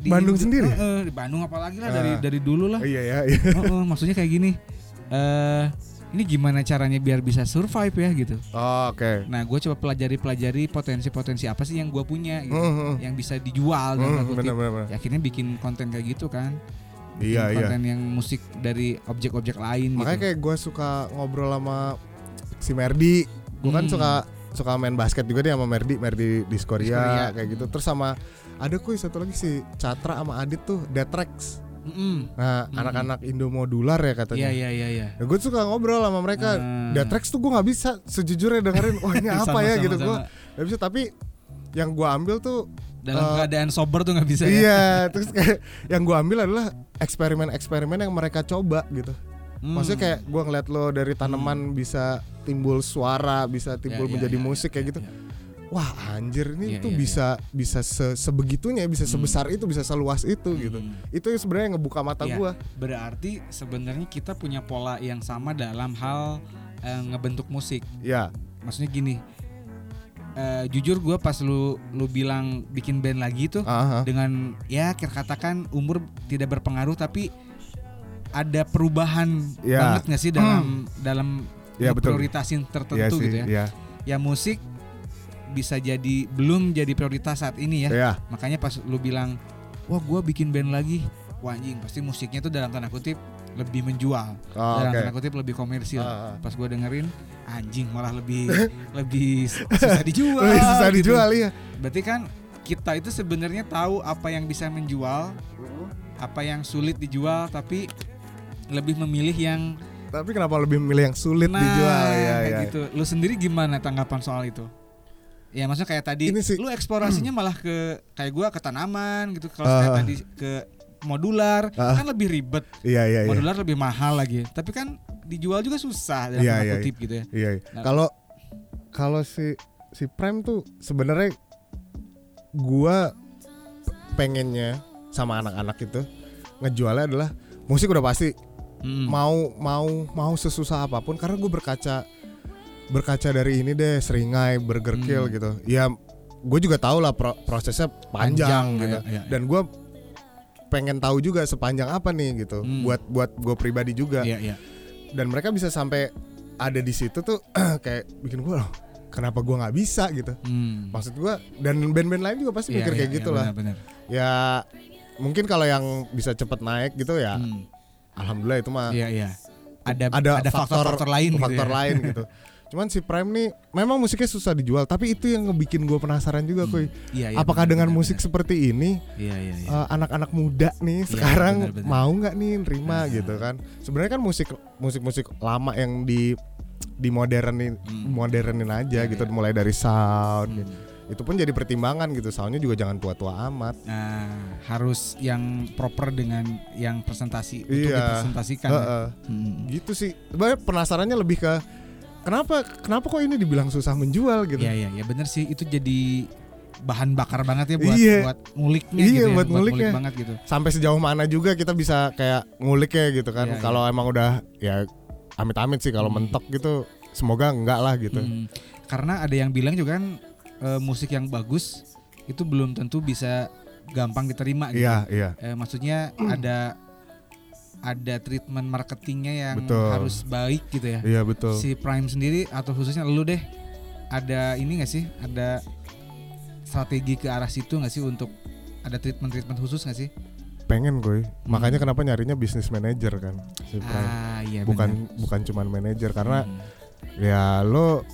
Speaker 2: di Bandung sendiri?
Speaker 1: Eh, eh, di Bandung apalagi lah dari
Speaker 2: Ah.
Speaker 1: dari dulu lah.
Speaker 2: oh, iya ya iya.
Speaker 1: Oh, oh, maksudnya kayak gini. Eh, ini gimana caranya biar bisa survive ya gitu.
Speaker 2: Oh, oke
Speaker 1: Nah, gue coba pelajari-pelajari potensi-potensi apa sih yang gue punya gitu,
Speaker 2: Hmm, hmm.
Speaker 1: yang bisa dijual dan
Speaker 2: Hmm, bener, bener, bener.
Speaker 1: Ya, Akhirnya bikin konten kayak gitu kan. Bikin
Speaker 2: iya iya
Speaker 1: konten yang musik dari objek-objek lain
Speaker 2: makanya
Speaker 1: gitu.
Speaker 2: kayak gue suka ngobrol sama si Merdi gue kan
Speaker 1: Hmm.
Speaker 2: suka suka main basket juga dia sama Merdi Merdi di
Speaker 1: Korea.
Speaker 2: Korea kayak gitu terus sama ada kuy satu lagi si Catra sama Adit tuh Detrex
Speaker 1: Mm-mm.
Speaker 2: nah
Speaker 1: Hmm.
Speaker 2: anak-anak Indomodular ya katanya
Speaker 1: Iya, iya, iya, iya.
Speaker 2: gue suka ngobrol sama mereka
Speaker 1: Ah.
Speaker 2: Detrex tuh gue nggak bisa sejujurnya dengerin wah
Speaker 1: <laughs>
Speaker 2: ini
Speaker 1: Iya,
Speaker 2: apa
Speaker 1: Sama,
Speaker 2: ya
Speaker 1: sama,
Speaker 2: gitu gue
Speaker 1: sama.
Speaker 2: nggak bisa tapi yang gue ambil tuh
Speaker 1: dalam
Speaker 2: eh,
Speaker 1: keadaan sober tuh nggak bisa ya.
Speaker 2: iya terus kayak yang gue ambil adalah eksperimen-eksperimen yang mereka coba gitu
Speaker 1: Hmm.
Speaker 2: Maksudnya kayak gua ngeliat lo dari tanaman bisa timbul suara, bisa
Speaker 1: Iya,
Speaker 2: timbul
Speaker 1: iya,
Speaker 2: menjadi
Speaker 1: iya,
Speaker 2: musik
Speaker 1: iya,
Speaker 2: kayak
Speaker 1: iya,
Speaker 2: gitu.
Speaker 1: iya.
Speaker 2: Wah anjir ini
Speaker 1: Iya,
Speaker 2: tuh
Speaker 1: iya,
Speaker 2: bisa bisa se- sebegitunya, bisa
Speaker 1: Hmm.
Speaker 2: sebesar itu, bisa seluas itu gitu.
Speaker 1: Hmm.
Speaker 2: Itu yang sebenarnya yang ngebuka mata
Speaker 1: Iya.
Speaker 2: gua.
Speaker 1: Berarti sebenarnya kita punya pola yang sama dalam hal eh, ngebentuk musik.
Speaker 2: Ya,
Speaker 1: maksudnya gini eh, jujur gue pas lu lu bilang bikin band lagi tuh
Speaker 2: Ah, ah.
Speaker 1: dengan ya kita katakan umur tidak berpengaruh tapi ada perubahan
Speaker 2: Ya.
Speaker 1: banget nggak sih dalam dalam
Speaker 2: Ya, betul.
Speaker 1: prioritasin tertentu
Speaker 2: Iya sih,
Speaker 1: gitu ya.
Speaker 2: iya.
Speaker 1: Ya musik bisa jadi belum jadi prioritas saat ini ya.
Speaker 2: Iya.
Speaker 1: Makanya pas lu bilang wah gua bikin band lagi, wah anjing pasti musiknya tuh dalam tanda kutip lebih menjual,
Speaker 2: Oh,
Speaker 1: dalam
Speaker 2: oke.
Speaker 1: tanda kutip lebih komersil.
Speaker 2: Ah, ah.
Speaker 1: Pas gua dengerin anjing malah
Speaker 2: <laughs>
Speaker 1: lebih lebih susah dijual.
Speaker 2: Wih, susah
Speaker 1: gitu.
Speaker 2: dijual iya.
Speaker 1: Berarti kan kita itu sebenarnya tahu apa yang bisa menjual, apa yang sulit dijual, tapi lebih memilih yang
Speaker 2: Tapi kenapa lebih memilih yang sulit
Speaker 1: nah,
Speaker 2: dijual ya
Speaker 1: kayak
Speaker 2: ya.
Speaker 1: gitu. Lu sendiri gimana tanggapan soal itu? Ya maksudnya kayak tadi,
Speaker 2: Ini sih-
Speaker 1: lu eksplorasinya malah ke kayak gua ke tanaman gitu. Kalau
Speaker 2: Ah.
Speaker 1: kayak tadi ke modular
Speaker 2: Ah.
Speaker 1: kan lebih ribet,
Speaker 2: Iya iya iya.
Speaker 1: modular lebih mahal lagi. Tapi kan dijual juga susah dalam
Speaker 2: Iya,
Speaker 1: tanda
Speaker 2: iya,
Speaker 1: kutip gitu ya.
Speaker 2: Iya. iya.
Speaker 1: Nah.
Speaker 2: Kalau kalau si si Prem tuh sebenarnya gua pengennya sama anak-anak itu ngejualnya adalah musik udah pasti
Speaker 1: Mm.
Speaker 2: mau mau mau sesusah apapun karena gue berkaca berkaca dari ini deh seringai burger
Speaker 1: Hmm.
Speaker 2: kill gitu ya gue juga tahu lah pro- prosesnya panjang,
Speaker 1: Panjang,
Speaker 2: gitu
Speaker 1: iya, iya, iya.
Speaker 2: dan gue pengen tahu juga sepanjang apa nih gitu
Speaker 1: Hmm.
Speaker 2: buat buat gue pribadi juga
Speaker 1: Iya, iya.
Speaker 2: dan mereka bisa sampai ada di situ tuh <clears throat> kayak bikin gue loh kenapa gue nggak bisa gitu
Speaker 1: Mm.
Speaker 2: maksud gue dan band-band lain juga pasti
Speaker 1: Iya,
Speaker 2: mikir
Speaker 1: iya,
Speaker 2: kayak
Speaker 1: iya,
Speaker 2: gitu lah
Speaker 1: benar, benar.
Speaker 2: ya mungkin kalau yang bisa cepet naik gitu ya
Speaker 1: Mm.
Speaker 2: alhamdulillah itu mah
Speaker 1: Iya iya. Ada ada,
Speaker 2: ada,
Speaker 1: faktor-faktor lain gitu
Speaker 2: faktor
Speaker 1: ya. <laughs>
Speaker 2: lain gitu. Cuman si Prime nih memang musiknya susah dijual, tapi itu yang ngebikin gue penasaran juga,
Speaker 1: Hmm.
Speaker 2: kuy.
Speaker 1: Iya, iya,
Speaker 2: Apakah
Speaker 1: benar,
Speaker 2: dengan
Speaker 1: benar,
Speaker 2: musik
Speaker 1: benar.
Speaker 2: seperti ini
Speaker 1: Iya iya iya.
Speaker 2: eh, anak-anak muda nih sekarang
Speaker 1: benar, benar.
Speaker 2: mau nggak nih nerima
Speaker 1: Nah.
Speaker 2: gitu kan? Sebenarnya kan musik musik musik lama yang di di modernin
Speaker 1: Hmm.
Speaker 2: modernin aja
Speaker 1: Iya,
Speaker 2: gitu
Speaker 1: iya.
Speaker 2: mulai dari sound gitu.
Speaker 1: Hmm.
Speaker 2: itu pun jadi pertimbangan gitu soundnya juga jangan tua-tua amat
Speaker 1: Nah, harus yang proper dengan yang presentasi untuk
Speaker 2: Iya.
Speaker 1: dipresentasikan. ya.
Speaker 2: Heeh.
Speaker 1: Hmm.
Speaker 2: gitu sih sebenarnya penasarannya lebih ke kenapa kenapa kok ini dibilang susah menjual gitu
Speaker 1: Iya iya iya benar sih itu jadi bahan bakar banget ya buat
Speaker 2: Iya.
Speaker 1: buat nguliknya
Speaker 2: Iya,
Speaker 1: gitu ya,
Speaker 2: buat nguliknya.
Speaker 1: ngulik banget gitu.
Speaker 2: sampai sejauh mana juga kita bisa kayak ngulik ya gitu kan.
Speaker 1: Iya, iya.
Speaker 2: kalau emang udah ya amit-amit sih kalau
Speaker 1: Hmm.
Speaker 2: mentok gitu semoga enggak lah gitu.
Speaker 1: Hmm. Karena ada yang bilang juga kan eh, musik yang bagus itu belum tentu bisa gampang diterima gitu.
Speaker 2: Iya, iya.
Speaker 1: Eh, maksudnya ada ada treatment marketingnya yang
Speaker 2: Betul.
Speaker 1: harus baik gitu ya.
Speaker 2: Iya betul.
Speaker 1: Si Prime sendiri atau khususnya lu deh ada ini gak sih? Ada strategi ke arah situ gak sih untuk ada treatment-treatment khusus gak sih?
Speaker 2: Pengen gue. Makanya kenapa nyarinya bisnis manager kan si Prime.
Speaker 1: Ah iya
Speaker 2: bukan bukan cuman manajer
Speaker 1: benar.
Speaker 2: karena
Speaker 1: Hmm.
Speaker 2: ya lo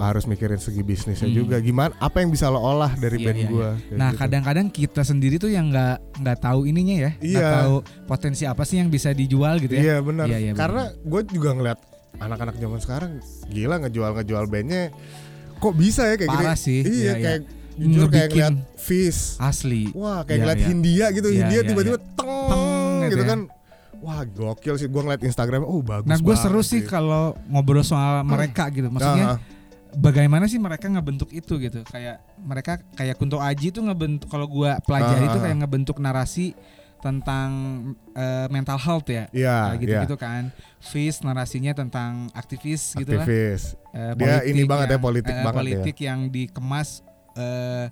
Speaker 2: harus mikirin segi bisnisnya
Speaker 1: Hmm.
Speaker 2: juga. Gimana apa yang bisa lo olah dari
Speaker 1: Iya,
Speaker 2: band
Speaker 1: iya,
Speaker 2: gue.
Speaker 1: Nah,
Speaker 2: gitu.
Speaker 1: kadang-kadang kita sendiri tuh yang nggak nggak tahu ininya ya, nggak
Speaker 2: Iya.
Speaker 1: tahu potensi apa sih yang bisa dijual gitu ya.
Speaker 2: Iya benar.
Speaker 1: Iya, iya, benar.
Speaker 2: Karena gue juga ngeliat anak-anak zaman sekarang gila ngejual ngejual bandnya kok bisa ya kayak
Speaker 1: Parah
Speaker 2: gini.
Speaker 1: sih,
Speaker 2: Iya,
Speaker 1: iya,
Speaker 2: kayak jujur kayak
Speaker 1: Ngebikin.
Speaker 2: ngeliat Fish.
Speaker 1: Asli.
Speaker 2: Wah kayak
Speaker 1: Iya,
Speaker 2: ngeliat
Speaker 1: iya.
Speaker 2: Hindia gitu.
Speaker 1: Iya,
Speaker 2: Hindia
Speaker 1: iya,
Speaker 2: tiba-tiba teng,
Speaker 1: Teng, gitu
Speaker 2: gitu
Speaker 1: ya.
Speaker 2: kan. Wah gokil sih gue ngeliat Instagram. Oh bagus.
Speaker 1: Nah, gue
Speaker 2: banget
Speaker 1: seru sih
Speaker 2: gitu.
Speaker 1: kalau ngobrol soal mereka gitu. Maksudnya
Speaker 2: Ah, ah.
Speaker 1: bagaimana sih mereka ngebentuk itu gitu kayak mereka kayak Kunto Aji tuh ngebentuk kalau gua pelajari
Speaker 2: Ah,
Speaker 1: itu
Speaker 2: ah,
Speaker 1: kayak ngebentuk narasi tentang eh, mental health ya Kayak
Speaker 2: Iya. Gitu,
Speaker 1: gitu-gitu kan Fis narasinya tentang aktivis gitu lah
Speaker 2: Aktivis.
Speaker 1: Eh,
Speaker 2: Dia ini banget ya,
Speaker 1: yang-
Speaker 2: politik
Speaker 1: eh,
Speaker 2: banget ya.
Speaker 1: politik yang dikemas eh,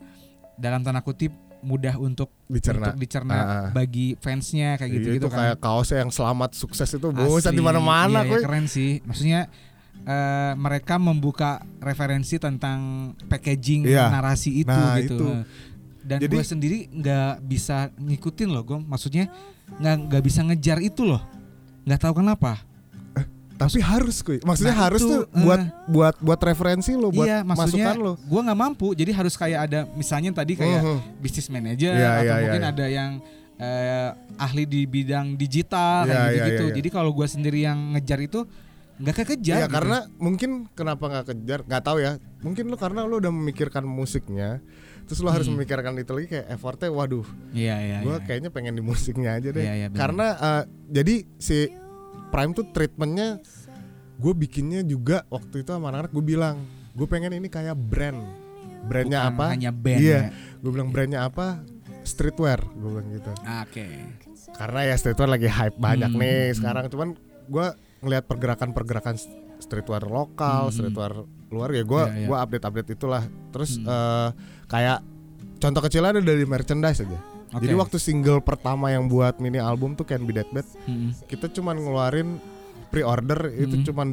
Speaker 1: dalam tanda kutip mudah untuk
Speaker 2: Dicerna.
Speaker 1: untuk dicerna
Speaker 2: Ah, ah.
Speaker 1: bagi fansnya kayak
Speaker 2: Iya,
Speaker 1: gitu-gitu
Speaker 2: itu
Speaker 1: kan
Speaker 2: kayak kaosnya yang selamat sukses itu
Speaker 1: Asli.
Speaker 2: bosan di mana-mana
Speaker 1: Iya,
Speaker 2: kuy.
Speaker 1: iya, keren sih. Maksudnya eh, mereka membuka referensi tentang packaging
Speaker 2: Iya.
Speaker 1: narasi itu
Speaker 2: Nah,
Speaker 1: gitu.
Speaker 2: itu.
Speaker 1: Dan
Speaker 2: Jadi-
Speaker 1: gue sendiri nggak bisa ngikutin loh, Gom. Maksudnya nggak nggak bisa ngejar itu loh. Nggak tahu kenapa.
Speaker 2: Tapi harus kuy. Maksudnya
Speaker 1: Nah,
Speaker 2: harus
Speaker 1: itu,
Speaker 2: tuh
Speaker 1: eh.
Speaker 2: buat buat buat referensi lo, Oh, buat
Speaker 1: iya, maksudnya
Speaker 2: masukan lo.
Speaker 1: gue nggak mampu. Jadi harus kayak ada misalnya tadi kayak
Speaker 2: Mhm.
Speaker 1: bisnis manager
Speaker 2: Iya,
Speaker 1: atau
Speaker 2: iya, iya,
Speaker 1: mungkin
Speaker 2: iya.
Speaker 1: ada yang eh, ahli di bidang digital
Speaker 2: Iya,
Speaker 1: kayak
Speaker 2: iya,
Speaker 1: gitu.
Speaker 2: iya, iya.
Speaker 1: Jadi kalau gue sendiri yang ngejar itu nggak kekejar.
Speaker 2: Ya
Speaker 1: gitu.
Speaker 2: karena mungkin kenapa nggak kejar nggak tahu ya mungkin lo karena lo udah memikirkan musiknya terus lo harus
Speaker 1: Hmm.
Speaker 2: memikirkan itu lagi kayak effortnya waduh
Speaker 1: Iya iya.
Speaker 2: gue
Speaker 1: iya.
Speaker 2: kayaknya pengen di musiknya aja deh
Speaker 1: Iya, iya, benar.
Speaker 2: karena eh, jadi si Prime tuh treatmentnya gue bikinnya juga waktu itu sama anak-anak gue bilang gue pengen ini kayak brand brandnya
Speaker 1: Bukan
Speaker 2: apa
Speaker 1: hanya band ya.
Speaker 2: iya gue bilang brandnya apa streetwear gue bilang gitu
Speaker 1: Oke.
Speaker 2: karena ya streetwear lagi hype banyak
Speaker 1: Hmm.
Speaker 2: nih sekarang cuman gue ngelihat pergerakan-pergerakan streetwear
Speaker 1: Hmm.
Speaker 2: lokal, streetwear luar ya gue
Speaker 1: Iya, iya.
Speaker 2: gua update-update itulah. Terus
Speaker 1: Hmm.
Speaker 2: eh, kayak contoh kecilnya ada dari merchandise aja.
Speaker 1: Oke.
Speaker 2: Jadi waktu single pertama yang buat mini album tuh Can Be That Bad,
Speaker 1: Mm-mm.
Speaker 2: kita cuman ngeluarin pre-order itu
Speaker 1: Hmm.
Speaker 2: cuman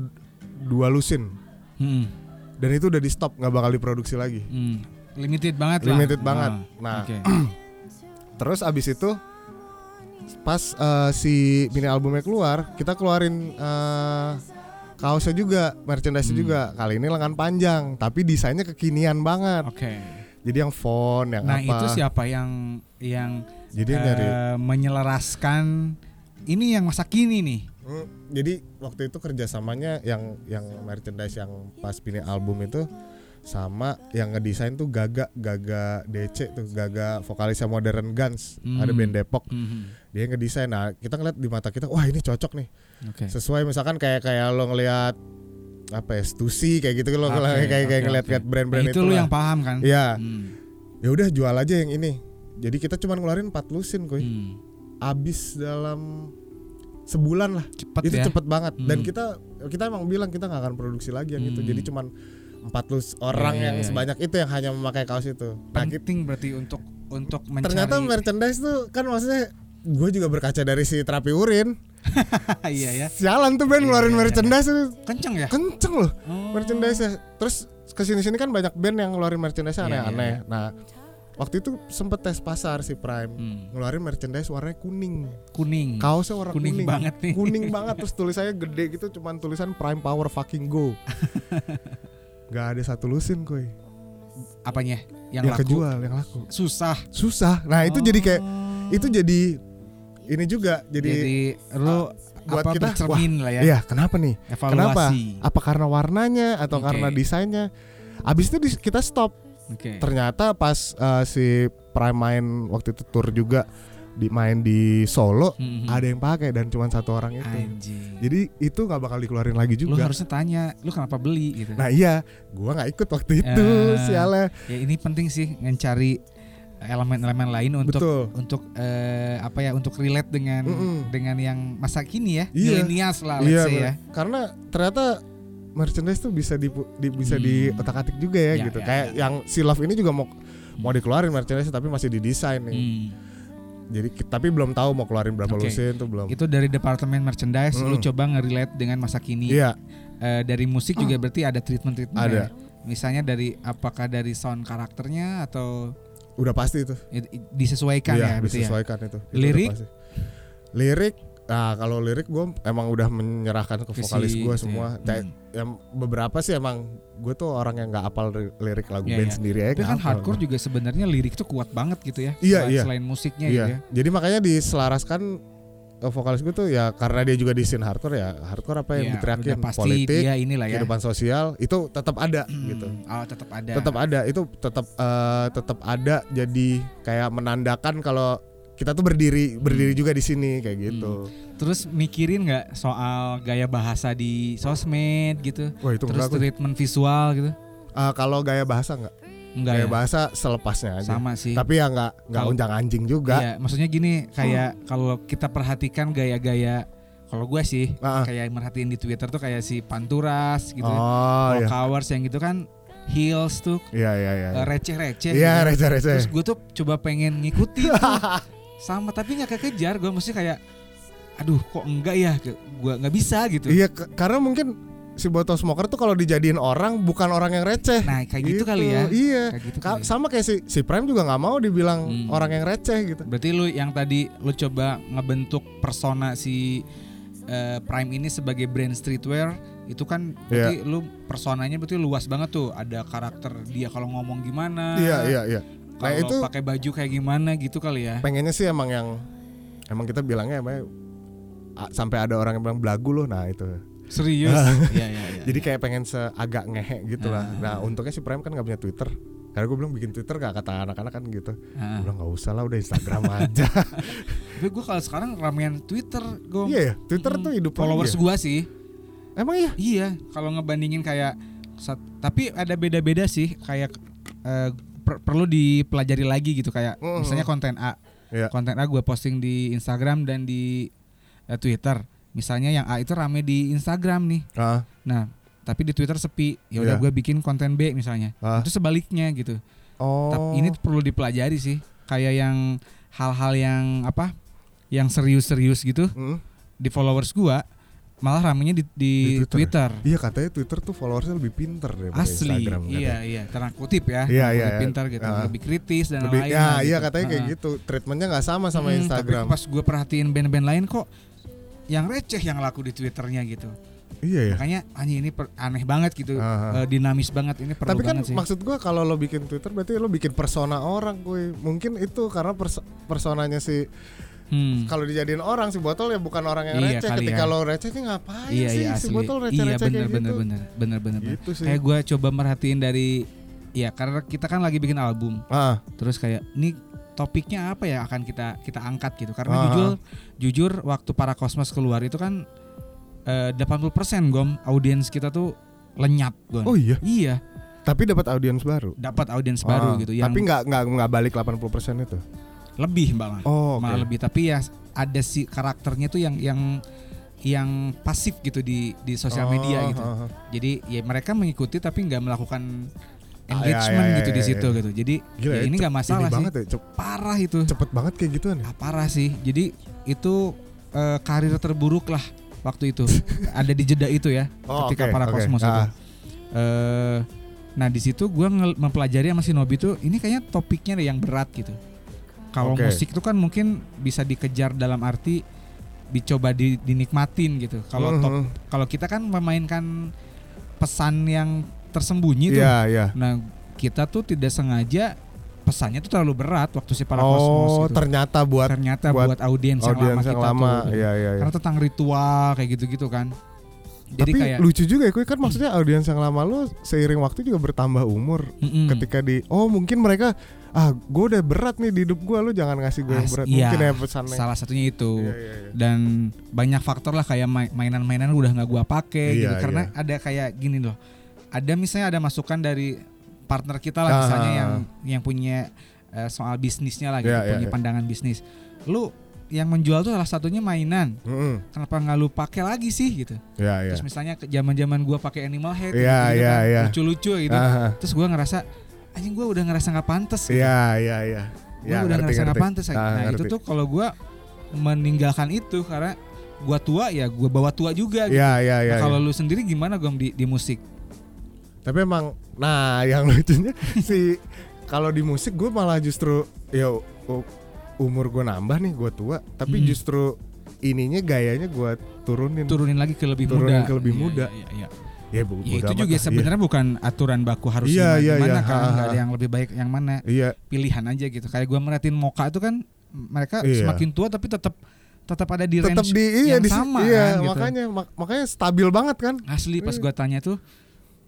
Speaker 2: dua lusin
Speaker 1: Mm-mm.
Speaker 2: dan itu udah di stop nggak bakal diproduksi lagi.
Speaker 1: Mm. Limited banget lah.
Speaker 2: Limited banget.
Speaker 1: Ah,
Speaker 2: Nah, <clears throat>
Speaker 1: Oke.
Speaker 2: Terus abis itu pas eh, si mini albumnya keluar, kita keluarin eh, kaosnya juga, merchandise
Speaker 1: Hmm.
Speaker 2: juga. Kali ini lengan panjang, tapi desainnya kekinian banget.
Speaker 1: Oke.
Speaker 2: Jadi yang font, yang
Speaker 1: Nah,
Speaker 2: apa.
Speaker 1: itu siapa yang yang
Speaker 2: Jadi
Speaker 1: eh,
Speaker 2: nyari.
Speaker 1: menyelaraskan ini yang masa kini nih.
Speaker 2: Hmm, Jadi waktu itu kerjasamanya yang yang merchandise yang pas mini album itu sama yang ngedesain tuh Gaga Gaga DC tuh Gaga vokalisnya Modern Guns
Speaker 1: Hmm.
Speaker 2: ada band Depok
Speaker 1: Mhm.
Speaker 2: dia ngedesain nah kita ngeliat di mata kita wah ini cocok nih
Speaker 1: Oke.
Speaker 2: sesuai misalkan kayak kayak lo ngelihat apa ya Stussy kayak gitu lo
Speaker 1: Oke, oke,
Speaker 2: kayak kayak kayak ngelihat
Speaker 1: oke.
Speaker 2: ngeliat brand-brand
Speaker 1: Nah, itu lu
Speaker 2: itulah.
Speaker 1: yang paham kan?
Speaker 2: ya
Speaker 1: Hmm.
Speaker 2: ya udah jual aja yang ini jadi kita cuma ngeluarin 4 lusin kuy
Speaker 1: Hmm.
Speaker 2: abis dalam sebulan lah
Speaker 1: Cepet
Speaker 2: itu
Speaker 1: ya.
Speaker 2: cepet banget dan
Speaker 1: Hmm.
Speaker 2: kita kita emang bilang kita nggak akan produksi lagi yang itu
Speaker 1: Hmm.
Speaker 2: jadi cuman 40 orang
Speaker 1: Iya, iya,
Speaker 2: yang
Speaker 1: iya.
Speaker 2: sebanyak itu yang hanya memakai kaos itu nah kita-
Speaker 1: Penting berarti untuk untuk mencari.
Speaker 2: ternyata
Speaker 1: <laughs>
Speaker 2: merchandise tuh kan maksudnya gue juga berkaca dari si terapi urin
Speaker 1: iya ya.
Speaker 2: sialan tuh
Speaker 1: Iya,
Speaker 2: band ngeluarin
Speaker 1: iya, iya.
Speaker 2: merchandise tuh
Speaker 1: Kenceng ya.
Speaker 2: kenceng loh
Speaker 1: Oh.
Speaker 2: merchandise ya terus kesini sini kan banyak band yang ngeluarin merchandise
Speaker 1: Iya,
Speaker 2: aneh-aneh nah waktu itu sempet tes pasar si Prime
Speaker 1: Hmm.
Speaker 2: ngeluarin merchandise warnanya kuning
Speaker 1: Kuning.
Speaker 2: kaosnya warna kuning,
Speaker 1: Kuning banget nih. <laughs>
Speaker 2: kuning banget terus tulisannya gede gitu cuman tulisan Prime Power fucking go
Speaker 1: <laughs>
Speaker 2: Gak ada satu lusin kuy
Speaker 1: Apanya? Yang
Speaker 2: yang,
Speaker 1: laku.
Speaker 2: Ya, kejual yang laku
Speaker 1: Susah.
Speaker 2: susah nah itu jadi kayak
Speaker 1: Oh.
Speaker 2: itu jadi ini juga
Speaker 1: jadi,
Speaker 2: jadi,
Speaker 1: lu
Speaker 2: buat
Speaker 1: apa
Speaker 2: kita,
Speaker 1: bercermin lah ya.
Speaker 2: iya kenapa nih kenapa
Speaker 1: Evaluasi.
Speaker 2: apa karena warnanya atau
Speaker 1: Oke.
Speaker 2: karena desainnya abis itu di- kita stop
Speaker 1: Oke.
Speaker 2: ternyata pas eh, si Prime main waktu itu tour juga di main di Solo
Speaker 1: Mhm.
Speaker 2: ada yang pakai dan cuma satu orang itu
Speaker 1: Anjing.
Speaker 2: jadi itu nggak bakal dikeluarin lagi
Speaker 1: Lu
Speaker 2: juga
Speaker 1: harusnya tanya, lu kenapa beli gitu.
Speaker 2: nah iya gua nggak ikut waktu itu
Speaker 1: Eh,
Speaker 2: sialnya
Speaker 1: Ya ini penting sih mencari elemen-elemen lain untuk
Speaker 2: betul
Speaker 1: untuk eh, apa ya untuk relate dengan
Speaker 2: Mm-mm.
Speaker 1: dengan yang masa kini ya
Speaker 2: Iya.
Speaker 1: milenials lah let's
Speaker 2: iya
Speaker 1: say ya
Speaker 2: bener. karena ternyata merchandise tuh bisa di, di- bisa
Speaker 1: Hmm.
Speaker 2: di otak-atik juga ya,
Speaker 1: Ya,
Speaker 2: gitu
Speaker 1: ya,
Speaker 2: kayak
Speaker 1: ya.
Speaker 2: yang si Love ini juga mau mau dikeluarin merchandise tapi masih didesain nih
Speaker 1: Hmm.
Speaker 2: jadi ki- tapi belum tahu mau keluarin berapa
Speaker 1: Oke.
Speaker 2: lusin tuh belum
Speaker 1: itu dari departemen merchandise lu
Speaker 2: Mm.
Speaker 1: coba ngerelate dengan masa kini
Speaker 2: iya
Speaker 1: Eh, dari musik juga berarti ada treatment treatment
Speaker 2: Ada.
Speaker 1: misalnya dari apakah dari sound karakternya atau
Speaker 2: udah pasti itu
Speaker 1: i- i- disesuaikan
Speaker 2: Iya,
Speaker 1: ya berarti ya
Speaker 2: disesuaikan itu. Itu
Speaker 1: Lirik?
Speaker 2: udah pasti. lirik nah kalau lirik gue emang udah menyerahkan ke
Speaker 1: Ke si-
Speaker 2: vokalis gue
Speaker 1: gitu ya.
Speaker 2: semua
Speaker 1: Hmm.
Speaker 2: Kayak yang beberapa sih emang gue tuh orang yang nggak apal ri- lirik lagu
Speaker 1: Iya,
Speaker 2: band
Speaker 1: iya.
Speaker 2: sendiri aja
Speaker 1: Tapi
Speaker 2: nggak
Speaker 1: kan
Speaker 2: hafal.
Speaker 1: hardcore juga sebenarnya lirik tuh kuat banget gitu ya.
Speaker 2: Eh, Iya,
Speaker 1: selain,
Speaker 2: iya.
Speaker 1: selain musiknya
Speaker 2: iya
Speaker 1: gitu ya.
Speaker 2: jadi makanya diselaraskan ke vokalis gue tuh ya karena dia juga di scene hardcore ya hardcore apa yang
Speaker 1: Iya,
Speaker 2: diteriakin
Speaker 1: udah pasti
Speaker 2: politik
Speaker 1: dia inilah ya.
Speaker 2: kehidupan sosial itu tetap ada
Speaker 1: Hmm.
Speaker 2: gitu
Speaker 1: Oh, tetap ada.
Speaker 2: tetap ada itu tetap eh, tetap ada jadi kayak menandakan kalau kita tuh berdiri
Speaker 1: Hmm.
Speaker 2: berdiri juga di sini kayak gitu
Speaker 1: Terus mikirin nggak soal gaya bahasa di sosmed gitu?
Speaker 2: Wah itu
Speaker 1: Terus
Speaker 2: enggak aku.
Speaker 1: treatment visual gitu?
Speaker 2: Eh, kalau gaya bahasa enggak?
Speaker 1: Enggak ya.
Speaker 2: gaya bahasa selepasnya aja.
Speaker 1: Sama sih.
Speaker 2: Tapi ya enggak enggak
Speaker 1: Kalau-
Speaker 2: unjang anjing juga.
Speaker 1: Iya, maksudnya gini kayak kalau kita perhatikan gaya-gaya kalau gue sih
Speaker 2: Ah, ah.
Speaker 1: kayak merhatiin di Twitter tuh kayak si Panturas gitu. ya.
Speaker 2: oh iya.
Speaker 1: Walkowers yang gitu kan heels tuh
Speaker 2: Iya iya iya.
Speaker 1: eh, receh-receh.
Speaker 2: Iya
Speaker 1: gitu.
Speaker 2: receh receh.
Speaker 1: Terus gue tuh coba pengen ngikutin
Speaker 2: <laughs>
Speaker 1: tuh. sama tapi nggak kekejar gue mesti kayak aduh kok enggak ya gue nggak bisa gitu
Speaker 2: Iya ke- karena mungkin si botol smoker tuh kalau dijadiin orang bukan orang yang receh.
Speaker 1: nah kayak gitu, kali ya
Speaker 2: Iya.
Speaker 1: kayak gitu
Speaker 2: Ka-
Speaker 1: kali ya.
Speaker 2: sama kayak si si Prime juga nggak mau dibilang
Speaker 1: Hmm.
Speaker 2: orang yang receh gitu.
Speaker 1: berarti lu yang tadi lu coba ngebentuk persona si eh, Prime ini sebagai brand streetwear itu kan berarti
Speaker 2: Iya.
Speaker 1: lu personanya berarti luas banget tuh ada karakter dia kalau ngomong gimana
Speaker 2: Iya iya iya. Nah
Speaker 1: kalau
Speaker 2: itu
Speaker 1: pakai baju kayak gimana gitu kali ya
Speaker 2: pengennya sih emang yang emang kita bilangnya emang a- sampai ada orang yang bilang belagu loh nah itu
Speaker 1: serius Iya,
Speaker 2: <laughs>
Speaker 1: iya, iya. Ah.
Speaker 2: Jadi kayak pengen seagak ngehe gitu lah. Nah untungnya si Prime kan nggak punya Twitter. Karena gue bilang bikin Twitter gak kata anak-anak kan gitu. Gue
Speaker 1: Ah.
Speaker 2: bilang nggak usah lah udah Instagram
Speaker 1: <laughs>
Speaker 2: aja.
Speaker 1: tapi gue kalau sekarang ramean Twitter gue
Speaker 2: Iya ya Twitter tuh hidup
Speaker 1: Hmm. followers
Speaker 2: lagi ya.
Speaker 1: gue sih
Speaker 2: Emang iya.
Speaker 1: Iya, kalau ngebandingin kayak sat- tapi ada beda-beda sih kayak eh, per- perlu dipelajari lagi gitu kayak
Speaker 2: Mm.
Speaker 1: misalnya konten A.
Speaker 2: Iya.
Speaker 1: Konten A gue posting di Instagram dan di eh, Twitter. Misalnya yang A itu rame di Instagram nih.
Speaker 2: ah
Speaker 1: Nah, tapi di Twitter sepi. Ya udah
Speaker 2: Iya.
Speaker 1: gue bikin konten B misalnya.
Speaker 2: Ah.
Speaker 1: Itu sebaliknya gitu.
Speaker 2: oh
Speaker 1: Tapi ini perlu dipelajari sih. Kayak yang hal-hal yang apa? Yang serius-serius gitu
Speaker 2: Mm.
Speaker 1: di followers gua malah ramenya di, di
Speaker 2: Di Twitter
Speaker 1: Twitter.
Speaker 2: iya katanya Twitter tuh followersnya lebih pinter daripada
Speaker 1: Asli.
Speaker 2: Instagram katanya.
Speaker 1: Iya, iya, tanda kutip ya.
Speaker 2: Iya, iya,
Speaker 1: Lebih
Speaker 2: iya.
Speaker 1: pintar gitu,
Speaker 2: Ah.
Speaker 1: lebih kritis dan
Speaker 2: lebih
Speaker 1: lain-lain.
Speaker 2: ya
Speaker 1: lah
Speaker 2: iya
Speaker 1: gitu.
Speaker 2: katanya kayak
Speaker 1: Ah.
Speaker 2: gitu treatmentnya nggak sama sama
Speaker 1: Mm,
Speaker 2: Instagram
Speaker 1: Tapi pas gue perhatiin band-band lain kok yang receh yang laku di twitternya gitu.
Speaker 2: iya ya
Speaker 1: Makanya anjing ini per- aneh banget gitu, eh,
Speaker 2: Aha.
Speaker 1: dinamis banget ini perlu
Speaker 2: tapi kan
Speaker 1: banget sih.
Speaker 2: maksud gua kalau lo bikin Twitter berarti lo bikin persona orang gue mungkin itu karena perso- personanya si
Speaker 1: Hmm.
Speaker 2: kalau dijadiin orang si botol ya bukan orang yang
Speaker 1: Iya,
Speaker 2: receh
Speaker 1: kali
Speaker 2: ketika
Speaker 1: ya.
Speaker 2: lo receh ini ngapain
Speaker 1: Iya
Speaker 2: sih
Speaker 1: iya
Speaker 2: si
Speaker 1: asli.
Speaker 2: botol
Speaker 1: iya
Speaker 2: receh-receh
Speaker 1: bener
Speaker 2: kayak
Speaker 1: bener,
Speaker 2: gitu
Speaker 1: bener bener bener bener.
Speaker 2: Gitu sih.
Speaker 1: Kayak gue coba merhatiin dari ya karena kita kan lagi bikin album,
Speaker 2: ah
Speaker 1: terus kayak ini topiknya apa ya akan kita kita angkat gitu. Karena
Speaker 2: Aha.
Speaker 1: jujur jujur waktu para kosmos keluar itu kan eh, 80% gom audiens kita tuh lenyap gom.
Speaker 2: oh iya
Speaker 1: Iya.
Speaker 2: tapi dapat audiens baru
Speaker 1: dapat audiens baru
Speaker 2: Ah,
Speaker 1: gitu yang
Speaker 2: tapi nggak nggak nggak balik 80% itu
Speaker 1: lebih malah
Speaker 2: oh oke
Speaker 1: malah lebih tapi ya ada si karakternya tuh yang yang yang pasif gitu di di sosial media
Speaker 2: Oh,
Speaker 1: gitu
Speaker 2: ah, ah.
Speaker 1: jadi ya mereka mengikuti tapi nggak melakukan
Speaker 2: Ah, ya,
Speaker 1: engagement
Speaker 2: ya, ya,
Speaker 1: gitu
Speaker 2: ya,
Speaker 1: di
Speaker 2: ya.
Speaker 1: situ gitu jadi
Speaker 2: Gila
Speaker 1: ya
Speaker 2: ya,
Speaker 1: ini
Speaker 2: cep-
Speaker 1: nggak masalah
Speaker 2: ini
Speaker 1: sih
Speaker 2: banget ya cep-
Speaker 1: parah itu
Speaker 2: cepet banget kayak gituan ya
Speaker 1: Ah, parah sih jadi itu eh, karir terburuk lah waktu
Speaker 2: <laughs>
Speaker 1: itu ada di jeda itu ya
Speaker 2: Oh,
Speaker 1: ketika
Speaker 2: oke,
Speaker 1: para
Speaker 2: oke.
Speaker 1: kosmos itu.
Speaker 2: Ah.
Speaker 1: Eh, nah di situ gue mempelajari sama si Nobi tuh ini kayaknya topiknya deh yang berat gitu. Kalau
Speaker 2: Oke.
Speaker 1: musik tuh kan mungkin bisa dikejar dalam arti dicoba di- dinikmatin gitu. Kalau
Speaker 2: Mhm.
Speaker 1: top- kalau kita kan memainkan pesan yang tersembunyi tuh.
Speaker 2: Iya, iya.
Speaker 1: Nah kita tuh tidak sengaja pesannya tuh terlalu berat waktu si para kosmos
Speaker 2: Oh,
Speaker 1: gitu.
Speaker 2: ternyata buat
Speaker 1: ternyata
Speaker 2: buat
Speaker 1: buat audiens yang lama
Speaker 2: audiens
Speaker 1: kita
Speaker 2: yang lama.
Speaker 1: tuh. gitu.
Speaker 2: Iya, iya, iya.
Speaker 1: Karena tentang ritual kayak gitu-gitu kan. Jadi
Speaker 2: Tapi
Speaker 1: kayak
Speaker 2: lucu juga ya, Kuy. kan maksudnya audiens yang lama lu seiring waktu juga bertambah umur.
Speaker 1: mm-mm.
Speaker 2: Ketika di oh mungkin mereka ah gue udah berat nih di hidup gue lu jangan ngasih gue yang
Speaker 1: As-
Speaker 2: berat.
Speaker 1: iya,
Speaker 2: mungkin ya pesannya.
Speaker 1: salah satunya itu
Speaker 2: Iya, iya, iya.
Speaker 1: dan banyak faktor lah kayak ma- mainan-mainan udah nggak gua pakai gitu
Speaker 2: Iya,
Speaker 1: karena ada kayak gini loh ada misalnya ada masukan dari partner kita lah
Speaker 2: Ah.
Speaker 1: misalnya yang yang punya eh, soal bisnisnya lah gitu
Speaker 2: Iya, iya,
Speaker 1: punya
Speaker 2: iya.
Speaker 1: pandangan bisnis lu yang menjual tuh salah satunya mainan
Speaker 2: Mm-mm.
Speaker 1: kenapa nggak lu pakai lagi sih gitu
Speaker 2: Iya, iya.
Speaker 1: terus misalnya ke zaman-zaman gua pakai animal head
Speaker 2: Iya,
Speaker 1: gitu-gitu
Speaker 2: iya,
Speaker 1: kan,
Speaker 2: iya.
Speaker 1: lucu-lucu gitu
Speaker 2: Ah,
Speaker 1: terus gua ngerasa anjing gua udah ngerasa nggak pantas gitu
Speaker 2: Iya, iya, iya.
Speaker 1: gue
Speaker 2: Ya,
Speaker 1: udah ngerasa
Speaker 2: ngerti,
Speaker 1: nggak
Speaker 2: ngerti.
Speaker 1: pantas
Speaker 2: Ah,
Speaker 1: nah itu
Speaker 2: ngerti.
Speaker 1: tuh kalau gue meninggalkan itu karena gue tua ya gue bawa tua juga gitu.
Speaker 2: Iya, iya,
Speaker 1: Nah,
Speaker 2: iya.
Speaker 1: kalau
Speaker 2: iya.
Speaker 1: lu sendiri gimana gom di, di musik
Speaker 2: Tapi emang nah <laughs> yang lucunya si kalau di musik gue malah justru ya u- umur gue nambah nih gue tua, tapi
Speaker 1: Hmm.
Speaker 2: justru ininya gayanya gue turunin.
Speaker 1: turunin lagi ke lebih
Speaker 2: Turunin
Speaker 1: muda
Speaker 2: ke lebih
Speaker 1: Iya,
Speaker 2: muda.
Speaker 1: iya, iya, iya.
Speaker 2: Ya, bo-
Speaker 1: Ya,
Speaker 2: bodo
Speaker 1: itu
Speaker 2: amat
Speaker 1: juga
Speaker 2: lah, iya.
Speaker 1: sebenarnya bukan aturan baku harus
Speaker 2: Iya,
Speaker 1: gimana,
Speaker 2: iya,
Speaker 1: gimana
Speaker 2: iya.
Speaker 1: kan
Speaker 2: Ha,
Speaker 1: nggak ada
Speaker 2: ha.
Speaker 1: yang lebih baik yang mana
Speaker 2: Iya,
Speaker 1: pilihan aja gitu kayak gue merhatiin moka itu kan mereka
Speaker 2: Iya.
Speaker 1: semakin tua tapi tetap tetap ada di
Speaker 2: tetap
Speaker 1: range
Speaker 2: di iya
Speaker 1: yang
Speaker 2: di
Speaker 1: sama
Speaker 2: iya,
Speaker 1: kan, gitu.
Speaker 2: makanya mak- makanya stabil banget kan.
Speaker 1: asli pas gua tanya tuh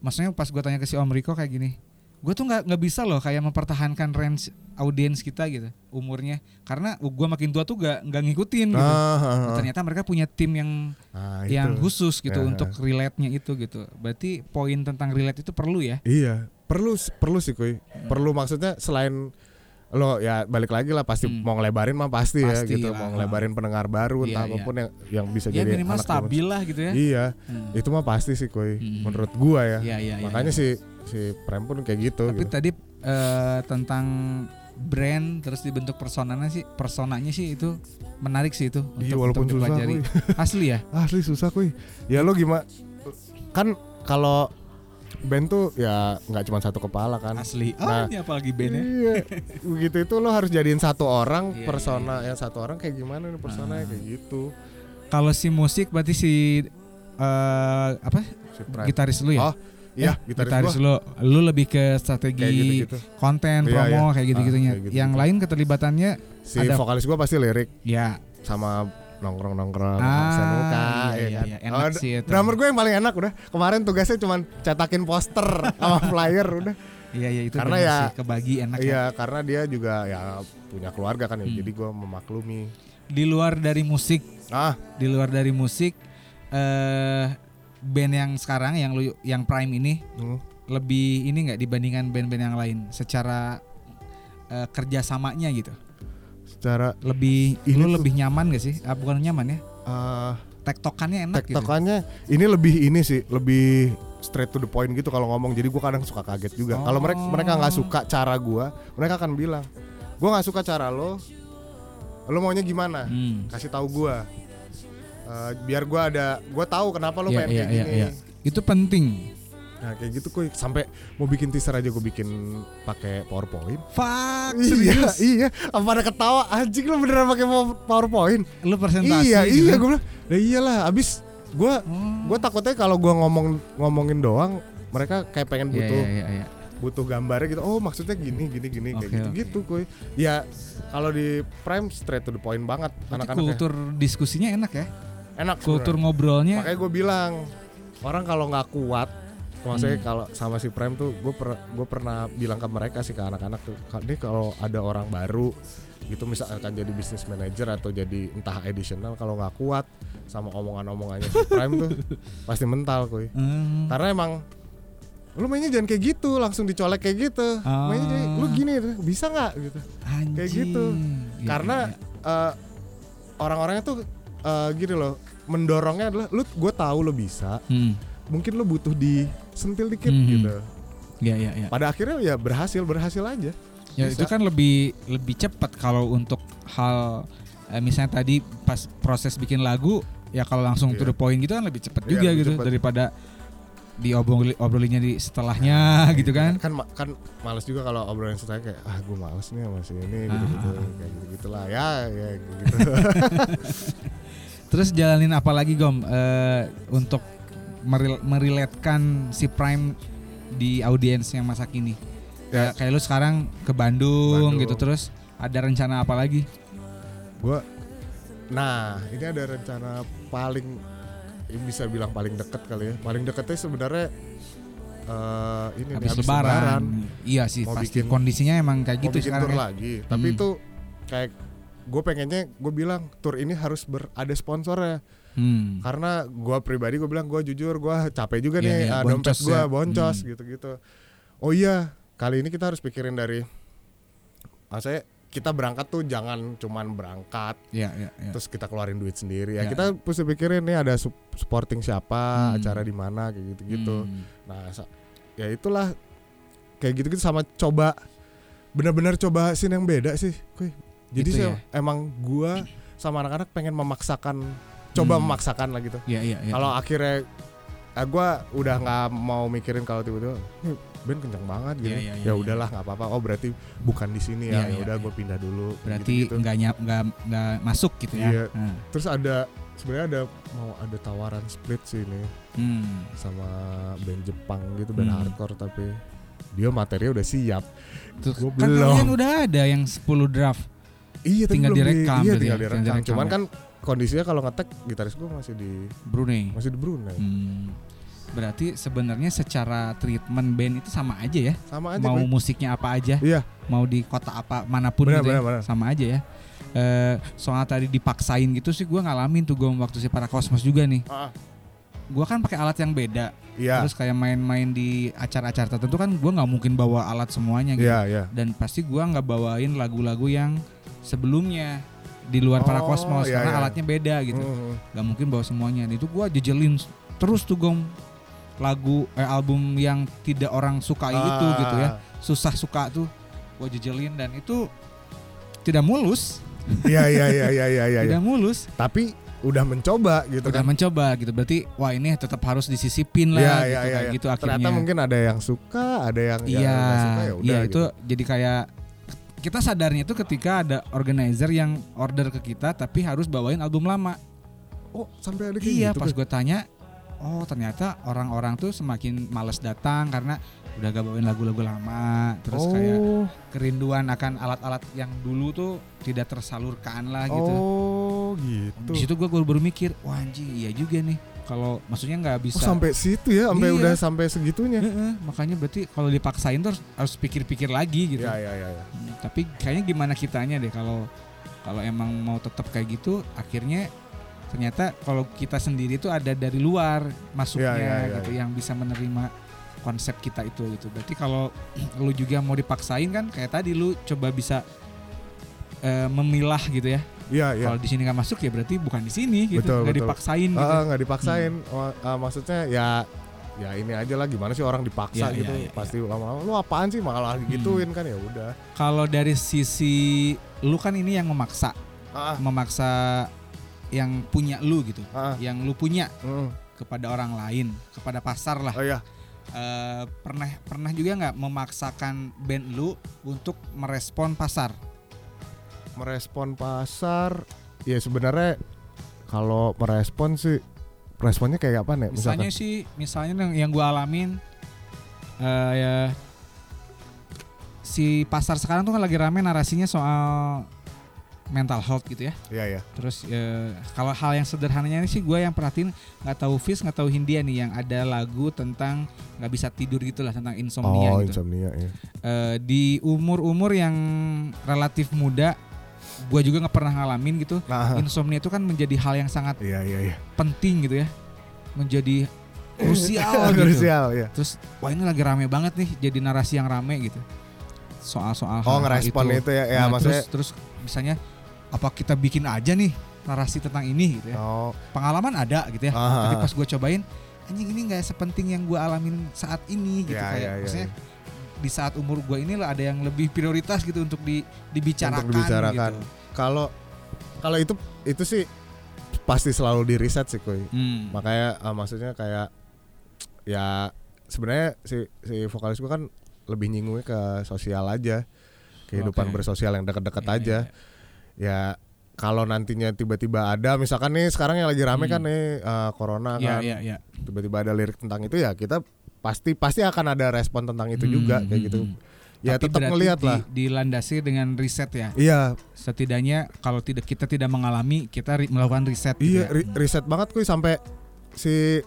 Speaker 1: maksudnya pas gua tanya ke si Om Riko kayak gini gue tuh nggak nggak bisa loh kayak mempertahankan range audiens kita gitu umurnya karena gua makin tua tuh nggak nggak ngikutin gitu
Speaker 2: Ah, ah,
Speaker 1: Nah,
Speaker 2: ah.
Speaker 1: ternyata mereka punya tim yang
Speaker 2: Ah,
Speaker 1: yang
Speaker 2: itu.
Speaker 1: khusus gitu
Speaker 2: Ya.
Speaker 1: untuk relate nya itu gitu berarti poin tentang relate itu perlu ya
Speaker 2: Iya, perlu perlu sih kuy.
Speaker 1: Hmm.
Speaker 2: Perlu maksudnya selain lo ya balik lagi lah pasti
Speaker 1: Hmm.
Speaker 2: mau ngelebarin mah pasti,
Speaker 1: Pasti
Speaker 2: ya gitu,
Speaker 1: lah.
Speaker 2: mau ngelebarin pendengar baru
Speaker 1: Iya,
Speaker 2: entah
Speaker 1: iya.
Speaker 2: apapun yang yang bisa
Speaker 1: ya
Speaker 2: jadi
Speaker 1: minimal
Speaker 2: anak di
Speaker 1: stabil lah gitu ya
Speaker 2: musik. Iya,
Speaker 1: Hmm.
Speaker 2: itu mah pasti sih kuy.
Speaker 1: Hmm.
Speaker 2: Menurut gua
Speaker 1: Iya,
Speaker 2: ya.
Speaker 1: iya, iya,
Speaker 2: Makanya
Speaker 1: iya.
Speaker 2: si si Prem pun kayak gitu
Speaker 1: tapi
Speaker 2: gitu.
Speaker 1: tadi eh, tentang brand terus dibentuk personanya sih personanya sih itu menarik sih itu
Speaker 2: Iya, walaupun susah,
Speaker 1: dipelajari <laughs> asli ya
Speaker 2: Asli susah kuy. Ya lo gimana kan kalau band tuh ya nggak cuma satu kepala kan.
Speaker 1: asli oh
Speaker 2: Nah,
Speaker 1: ini apalagi bandnya
Speaker 2: Iya. Begitu itu lo harus jadiin satu orang
Speaker 1: Iya, Ah.
Speaker 2: persona yang satu orang kayak gimana nih personanya kayak gitu.
Speaker 1: Kalau si musik berarti si eh apa
Speaker 2: Si Prime.
Speaker 1: gitaris lu ya?
Speaker 2: Oh, iya,
Speaker 1: Eh,
Speaker 2: gitaris, gua.
Speaker 1: lu, lu lebih ke strategi
Speaker 2: Kayak gitu-gitu.
Speaker 1: konten,
Speaker 2: Iya,
Speaker 1: promo
Speaker 2: iya.
Speaker 1: kayak gitu-gitunya.
Speaker 2: Ah, kayak gitu-gitu.
Speaker 1: Yang lain keterlibatannya
Speaker 2: Si
Speaker 1: ada-
Speaker 2: vokalis gua pasti lirik
Speaker 1: ya
Speaker 2: sama nongkrong-nongkrong
Speaker 1: Ah,
Speaker 2: absen muka,
Speaker 1: iya,
Speaker 2: ya
Speaker 1: iya,
Speaker 2: kan.
Speaker 1: iya, enak
Speaker 2: Oh,
Speaker 1: sih itu.
Speaker 2: Drummer gue yang paling enak udah. Kemarin tugasnya cuman cetakin poster
Speaker 1: <laughs>
Speaker 2: sama flyer udah.
Speaker 1: iya iya itu
Speaker 2: Karena
Speaker 1: bener
Speaker 2: ya-
Speaker 1: sih, kebagi enak ya. Hmm.
Speaker 2: Iya, karena dia juga ya punya keluarga kan ya. Jadi gua memaklumi.
Speaker 1: Di luar dari musik,
Speaker 2: Ah,
Speaker 1: di luar dari musik eh band yang sekarang yang lu yang Prime ini
Speaker 2: hmm.
Speaker 1: lebih ini nggak dibandingkan band-band yang lain secara eh, kerjasamanya gitu
Speaker 2: secara
Speaker 1: lebih
Speaker 2: Ini
Speaker 1: lu
Speaker 2: tuh-
Speaker 1: lebih nyaman gak sih Ah, bukan nyaman ya
Speaker 2: ah,
Speaker 1: tektokannya enak gitu.
Speaker 2: tektokannya ini lebih ini sih lebih straight to the point gitu kalau ngomong jadi gua kadang suka kaget juga kalau mereka
Speaker 1: Oh.
Speaker 2: mereka nggak suka cara gua mereka akan bilang gua nggak suka cara lo lo maunya gimana
Speaker 1: Hmm.
Speaker 2: kasih tahu gua Eh, biar gua ada gua tahu kenapa lo
Speaker 1: Iya,
Speaker 2: pengen
Speaker 1: iya,
Speaker 2: kayak
Speaker 1: iya,
Speaker 2: gini
Speaker 1: iya. Itu penting.
Speaker 2: nah kayak gitu kuy sampai mau bikin teaser aja gua bikin pakai powerpoint
Speaker 1: Fuck,
Speaker 2: iya
Speaker 1: serius.
Speaker 2: iya apa ada ketawa anjing lo beneran pakai pow- powerpoint
Speaker 1: Lu presentasi
Speaker 2: iya
Speaker 1: gitu. Hmm.
Speaker 2: iya gue bilang lah iyalah abis gue gue takutnya kalau gue ngomong ngomongin doang mereka kayak
Speaker 1: Iya,
Speaker 2: pengen butuh
Speaker 1: iya, iya, iya.
Speaker 2: butuh gambarnya gitu oh maksudnya gini gini gini
Speaker 1: Oke,
Speaker 2: kayak gitu
Speaker 1: oke.
Speaker 2: gitu kuy ya kalau di prime straight to the point banget
Speaker 1: Berarti
Speaker 2: anak-anaknya
Speaker 1: kultur diskusinya enak ya.
Speaker 2: enak
Speaker 1: Kultur
Speaker 2: ya. sebenarnya.
Speaker 1: ngobrolnya
Speaker 2: makanya gue bilang orang kalau nggak kuat
Speaker 1: Hmm.
Speaker 2: maksudnya kalau sama si prime tuh gue gue pernah bilang ke mereka sih ke anak-anak tuh "Kak, ini kalau ada orang baru gitu misalkan jadi business manager atau jadi entah additional kalau nggak kuat sama omongan-omongannya si prime
Speaker 1: <laughs>
Speaker 2: tuh pasti mental kuy
Speaker 1: Hmm.
Speaker 2: karena emang lu mainnya jangan kayak gitu langsung dicolek kayak gitu
Speaker 1: Ah.
Speaker 2: mainnya jadi, lu gini bisa nggak gitu Kayak gitu.
Speaker 1: Anjing. Iya,
Speaker 2: karena
Speaker 1: iya,
Speaker 2: eh, orang-orangnya tuh eh, gini loh mendorongnya adalah lu gue tahu lu bisa
Speaker 1: iya. Hmm.
Speaker 2: mungkin lu butuh disentil dikit
Speaker 1: Mhm.
Speaker 2: gitu
Speaker 1: Iya, iya, iya.
Speaker 2: pada akhirnya ya berhasil berhasil aja
Speaker 1: Ya
Speaker 2: Bisa.
Speaker 1: itu kan lebih lebih cepat kalau untuk hal eh, misalnya tadi pas proses bikin lagu ya kalau langsung to the
Speaker 2: Iya.
Speaker 1: point gitu kan lebih cepat
Speaker 2: Iya,
Speaker 1: juga
Speaker 2: lebih
Speaker 1: gitu
Speaker 2: cepet.
Speaker 1: daripada diobrol obrolinnya di setelahnya gitu kan.
Speaker 2: kan ma- kan males juga kalau obrolan saya kayak ah gue males nih sama si ini gitu gitu
Speaker 1: Ah.
Speaker 2: kayak gitu gitulah ya ya gitu
Speaker 1: <laughs> Terus jalanin apa lagi Gom Eh, untuk meril- meriletkan si Prime di audiensnya masa kini?
Speaker 2: ya
Speaker 1: Ya, kayak lu sekarang ke Bandung,
Speaker 2: Bandung.
Speaker 1: gitu terus ada rencana apa lagi?
Speaker 2: gue nah ini ada rencana paling ini bisa bilang paling deket kali ya paling deketnya sebenarnya eh ini nih,
Speaker 1: Habis, lebaran. Iya sih
Speaker 2: Mau
Speaker 1: pasti
Speaker 2: bikin-
Speaker 1: kondisinya emang kayak
Speaker 2: gitu
Speaker 1: gitu
Speaker 2: bikin
Speaker 1: sekarang.
Speaker 2: tour
Speaker 1: ya.
Speaker 2: lagi tapi
Speaker 1: Hmm.
Speaker 2: itu kayak gue pengennya gue bilang tour ini harus ber, ada sponsornya
Speaker 1: Hmm.
Speaker 2: karena gua pribadi gue bilang gue jujur gua capek juga
Speaker 1: Iya,
Speaker 2: nih
Speaker 1: iya,
Speaker 2: ah,
Speaker 1: boncos
Speaker 2: dompet gue
Speaker 1: ya.
Speaker 2: boncos
Speaker 1: Hmm.
Speaker 2: gitu-gitu oh iya kali ini kita harus pikirin dari maksudnya kita berangkat tuh jangan cuman berangkat
Speaker 1: Iya, iya, iya.
Speaker 2: terus kita keluarin duit sendiri ya,
Speaker 1: Ya.
Speaker 2: kita mesti pikirin nih ada sup- supporting siapa
Speaker 1: Hmm.
Speaker 2: acara di mana kayak gitu-gitu
Speaker 1: Hmm.
Speaker 2: nah sa- ya itulah kayak gitu-gitu sama coba benar-benar coba scene yang beda sih Kuy. jadi
Speaker 1: Gitu
Speaker 2: sih
Speaker 1: ya.
Speaker 2: emang gua sama anak-anak pengen memaksakan coba
Speaker 1: Hmm.
Speaker 2: memaksakan lah gitu
Speaker 1: Iya, iya, iya.
Speaker 2: kalau akhirnya eh, gue udah nggak mau mikirin kalau tiba-tiba "Ini band kencang banget
Speaker 1: Iya,
Speaker 2: gitu
Speaker 1: iya, iya,
Speaker 2: ya
Speaker 1: iya.
Speaker 2: udahlah nggak apa-apa oh berarti bukan di
Speaker 1: Iya,
Speaker 2: sini ya ya
Speaker 1: iya,
Speaker 2: udah
Speaker 1: iya.
Speaker 2: gue pindah dulu
Speaker 1: berarti
Speaker 2: gitu-gitu.
Speaker 1: nggak nyap nggak nggak masuk gitu ya.
Speaker 2: Iya.
Speaker 1: Nah.
Speaker 2: terus ada sebenarnya ada mau ada tawaran split sih ini
Speaker 1: Hmm.
Speaker 2: sama band Jepang gitu band
Speaker 1: Hmm.
Speaker 2: hardcore tapi dia materinya udah siap
Speaker 1: Tuh,
Speaker 2: Gua
Speaker 1: kan
Speaker 2: belum.
Speaker 1: kalian udah ada yang 10 draft.
Speaker 2: iya tapi
Speaker 1: Tinggal
Speaker 2: belum di-
Speaker 1: direkam berarti
Speaker 2: iya tinggal
Speaker 1: ya, tinggal
Speaker 2: direkam
Speaker 1: direkam
Speaker 2: cuman
Speaker 1: ya.
Speaker 2: kan kondisinya kalau ngetek gitaris gue masih di
Speaker 1: Brunei.
Speaker 2: masih di Brunei
Speaker 1: Hmm. Berarti sebenarnya secara treatment band itu sama aja ya.
Speaker 2: sama aja
Speaker 1: mau
Speaker 2: Boy.
Speaker 1: musiknya apa aja,
Speaker 2: iya
Speaker 1: mau di kota apa manapun
Speaker 2: Benar,
Speaker 1: gitu ya,
Speaker 2: benar, benar.
Speaker 1: sama aja ya. Eh soal tadi dipaksain gitu sih gua ngalamin tuh gua waktu si para kosmos juga nih.
Speaker 2: Ah,
Speaker 1: Gua kan pakai alat yang beda.
Speaker 2: iya
Speaker 1: Terus kayak main-main di acara-acara tertentu kan gua nggak mungkin bawa alat semuanya gitu.
Speaker 2: iya iya
Speaker 1: dan pasti gua nggak bawain lagu-lagu yang sebelumnya di luar para
Speaker 2: Oh,
Speaker 1: kosmos
Speaker 2: iya,
Speaker 1: karena
Speaker 2: iya.
Speaker 1: alatnya beda gitu
Speaker 2: Mm, mm.
Speaker 1: nggak mungkin bawa semuanya Dan itu gua jejelin s- terus tuh gong lagu eh, album yang tidak orang sukai itu
Speaker 2: Ah.
Speaker 1: gitu ya susah suka tuh gua jejelin dan itu tidak mulus
Speaker 2: Iya iya iya iya iya iya.
Speaker 1: tidak mulus
Speaker 2: Tapi udah mencoba gitu
Speaker 1: udah
Speaker 2: kan.
Speaker 1: mencoba gitu berarti wah ini tetap harus disisipin lah
Speaker 2: Iya
Speaker 1: gitu
Speaker 2: iya iya.
Speaker 1: kayak
Speaker 2: iya.
Speaker 1: gitu akhirnya
Speaker 2: Ternyata mungkin ada yang suka, ada yang yang
Speaker 1: Iya,
Speaker 2: nggak suka ya udah.
Speaker 1: iya itu jadi kayak kita sadarnya itu ketika ada organizer yang order ke kita tapi harus bawain album lama.
Speaker 2: Oh sampai ada kayak
Speaker 1: Iya,
Speaker 2: gitu.
Speaker 1: pas
Speaker 2: kan?
Speaker 1: gue tanya, oh ternyata orang-orang tuh semakin males datang karena udah gak bawain lagu-lagu lama, terus
Speaker 2: oh,
Speaker 1: kayak kerinduan akan alat-alat yang dulu tuh tidak tersalurkan lah gitu.
Speaker 2: Oh
Speaker 1: Di
Speaker 2: gitu.
Speaker 1: situ gue baru mikir, wah anjing iya juga nih. Kalau maksudnya nggak
Speaker 2: Oh,
Speaker 1: bisa.
Speaker 2: sampai situ ya,
Speaker 1: Iya.
Speaker 2: sampai
Speaker 1: Hmm,
Speaker 2: udah sampai segitunya.
Speaker 1: Heeh, makanya berarti kalau dipaksain terus harus pikir-pikir lagi gitu.
Speaker 2: Iya iya iya. iya.
Speaker 1: Hmm, tapi kayaknya gimana kitanya deh kalau kalau emang mau tetap kayak gitu akhirnya ternyata kalau kita sendiri tuh ada dari luar masuknya
Speaker 2: Ya, ya, ya,
Speaker 1: gitu yang bisa menerima konsep kita itu gitu berarti kalau <clears throat> lu juga mau dipaksain kan kayak tadi lu coba bisa eh, memilah gitu ya
Speaker 2: Iya, iya.
Speaker 1: Kalau di sini nggak masuk ya berarti bukan di sini gitu.
Speaker 2: Betul,
Speaker 1: nggak
Speaker 2: betul.
Speaker 1: dipaksain gitu.
Speaker 2: Ah, nggak dipaksain. Oh, ah, maksudnya ya ya ini aja lah gimana sih orang
Speaker 1: Ya,
Speaker 2: dipaksa gitu.
Speaker 1: ya, ya,
Speaker 2: Pasti lama-lama lu apaan sih malah
Speaker 1: Hmm.
Speaker 2: gituin kan ya udah.
Speaker 1: Kalau dari sisi lu kan ini yang memaksa,
Speaker 2: Ah,
Speaker 1: memaksa yang punya lu gitu,
Speaker 2: ah,
Speaker 1: yang lu punya
Speaker 2: mm.
Speaker 1: kepada orang lain, kepada pasar lah.
Speaker 2: Oh iya.
Speaker 1: Eh, pernah pernah juga nggak memaksakan band lu untuk merespon pasar?
Speaker 2: merespon pasar ya sebenarnya kalau merespon sih responnya kayak apa
Speaker 1: Misalnya
Speaker 2: nih misalkan
Speaker 1: sih, misalnya yang, yang gue alamin eh, ya si pasar sekarang tuh kan lagi rame narasinya soal mental health gitu ya.
Speaker 2: iya ya
Speaker 1: Terus eh, kalau hal yang sederhananya ini sih gue yang perhatiin nggak tahu Fis nggak tahu Hindia nih yang ada lagu tentang nggak bisa tidur gitulah tentang insomnia
Speaker 2: oh
Speaker 1: gitu.
Speaker 2: insomnia ya
Speaker 1: Eh, di umur-umur yang relatif muda, gue juga nggak pernah ngalamin gitu.
Speaker 2: nah
Speaker 1: Insomnia itu kan menjadi hal yang sangat
Speaker 2: iya iya
Speaker 1: <laughs>
Speaker 2: iya
Speaker 1: penting gitu ya, menjadi
Speaker 2: <laughs>
Speaker 1: krusial gitu.
Speaker 2: krusial ya
Speaker 1: Terus wah ini lagi rame banget nih jadi narasi yang rame gitu soal-soal
Speaker 2: oh
Speaker 1: hal-hal
Speaker 2: ngerespon itu, ya ya
Speaker 1: Nah,
Speaker 2: maksudnya
Speaker 1: terus, terus misalnya apa kita bikin aja nih narasi tentang ini gitu ya.
Speaker 2: oh
Speaker 1: Pengalaman ada gitu ya.
Speaker 2: Ah.
Speaker 1: Tapi pas gue cobain anjing ini nggak sepenting yang gue alamin saat ini gitu
Speaker 2: ya
Speaker 1: kayak
Speaker 2: ya ya
Speaker 1: maksudnya di saat umur gue ini lah ada yang lebih prioritas gitu untuk di dibicarakan,
Speaker 2: Untuk dibicarakan.
Speaker 1: gitu.
Speaker 2: kalau kalau itu itu sih pasti selalu di riset sih kuy
Speaker 1: Hmm.
Speaker 2: makanya ah, maksudnya kayak ya sebenarnya si si vokalis gue kan lebih nyinggungnya ke sosial aja kehidupan
Speaker 1: Oke.
Speaker 2: bersosial yang dekat-dekat
Speaker 1: Iya,
Speaker 2: aja
Speaker 1: iya.
Speaker 2: ya kalau nantinya tiba-tiba ada misalkan nih sekarang yang lagi rame
Speaker 1: Hmm.
Speaker 2: kan nih eh, corona
Speaker 1: Iya,
Speaker 2: kan
Speaker 1: iya, iya.
Speaker 2: tiba-tiba ada lirik tentang itu ya kita pasti pasti akan ada respon tentang itu juga
Speaker 1: Hmm,
Speaker 2: kayak
Speaker 1: hmm,
Speaker 2: gitu
Speaker 1: hmm.
Speaker 2: ya
Speaker 1: Tapi
Speaker 2: tetap
Speaker 1: berarti
Speaker 2: ngelihat
Speaker 1: di-
Speaker 2: lah
Speaker 1: dilandasi dengan riset ya.
Speaker 2: iya
Speaker 1: Setidaknya kalau tidak kita tidak mengalami, kita ri- melakukan riset gitu ya.
Speaker 2: iya ri- riset banget kuy sampai si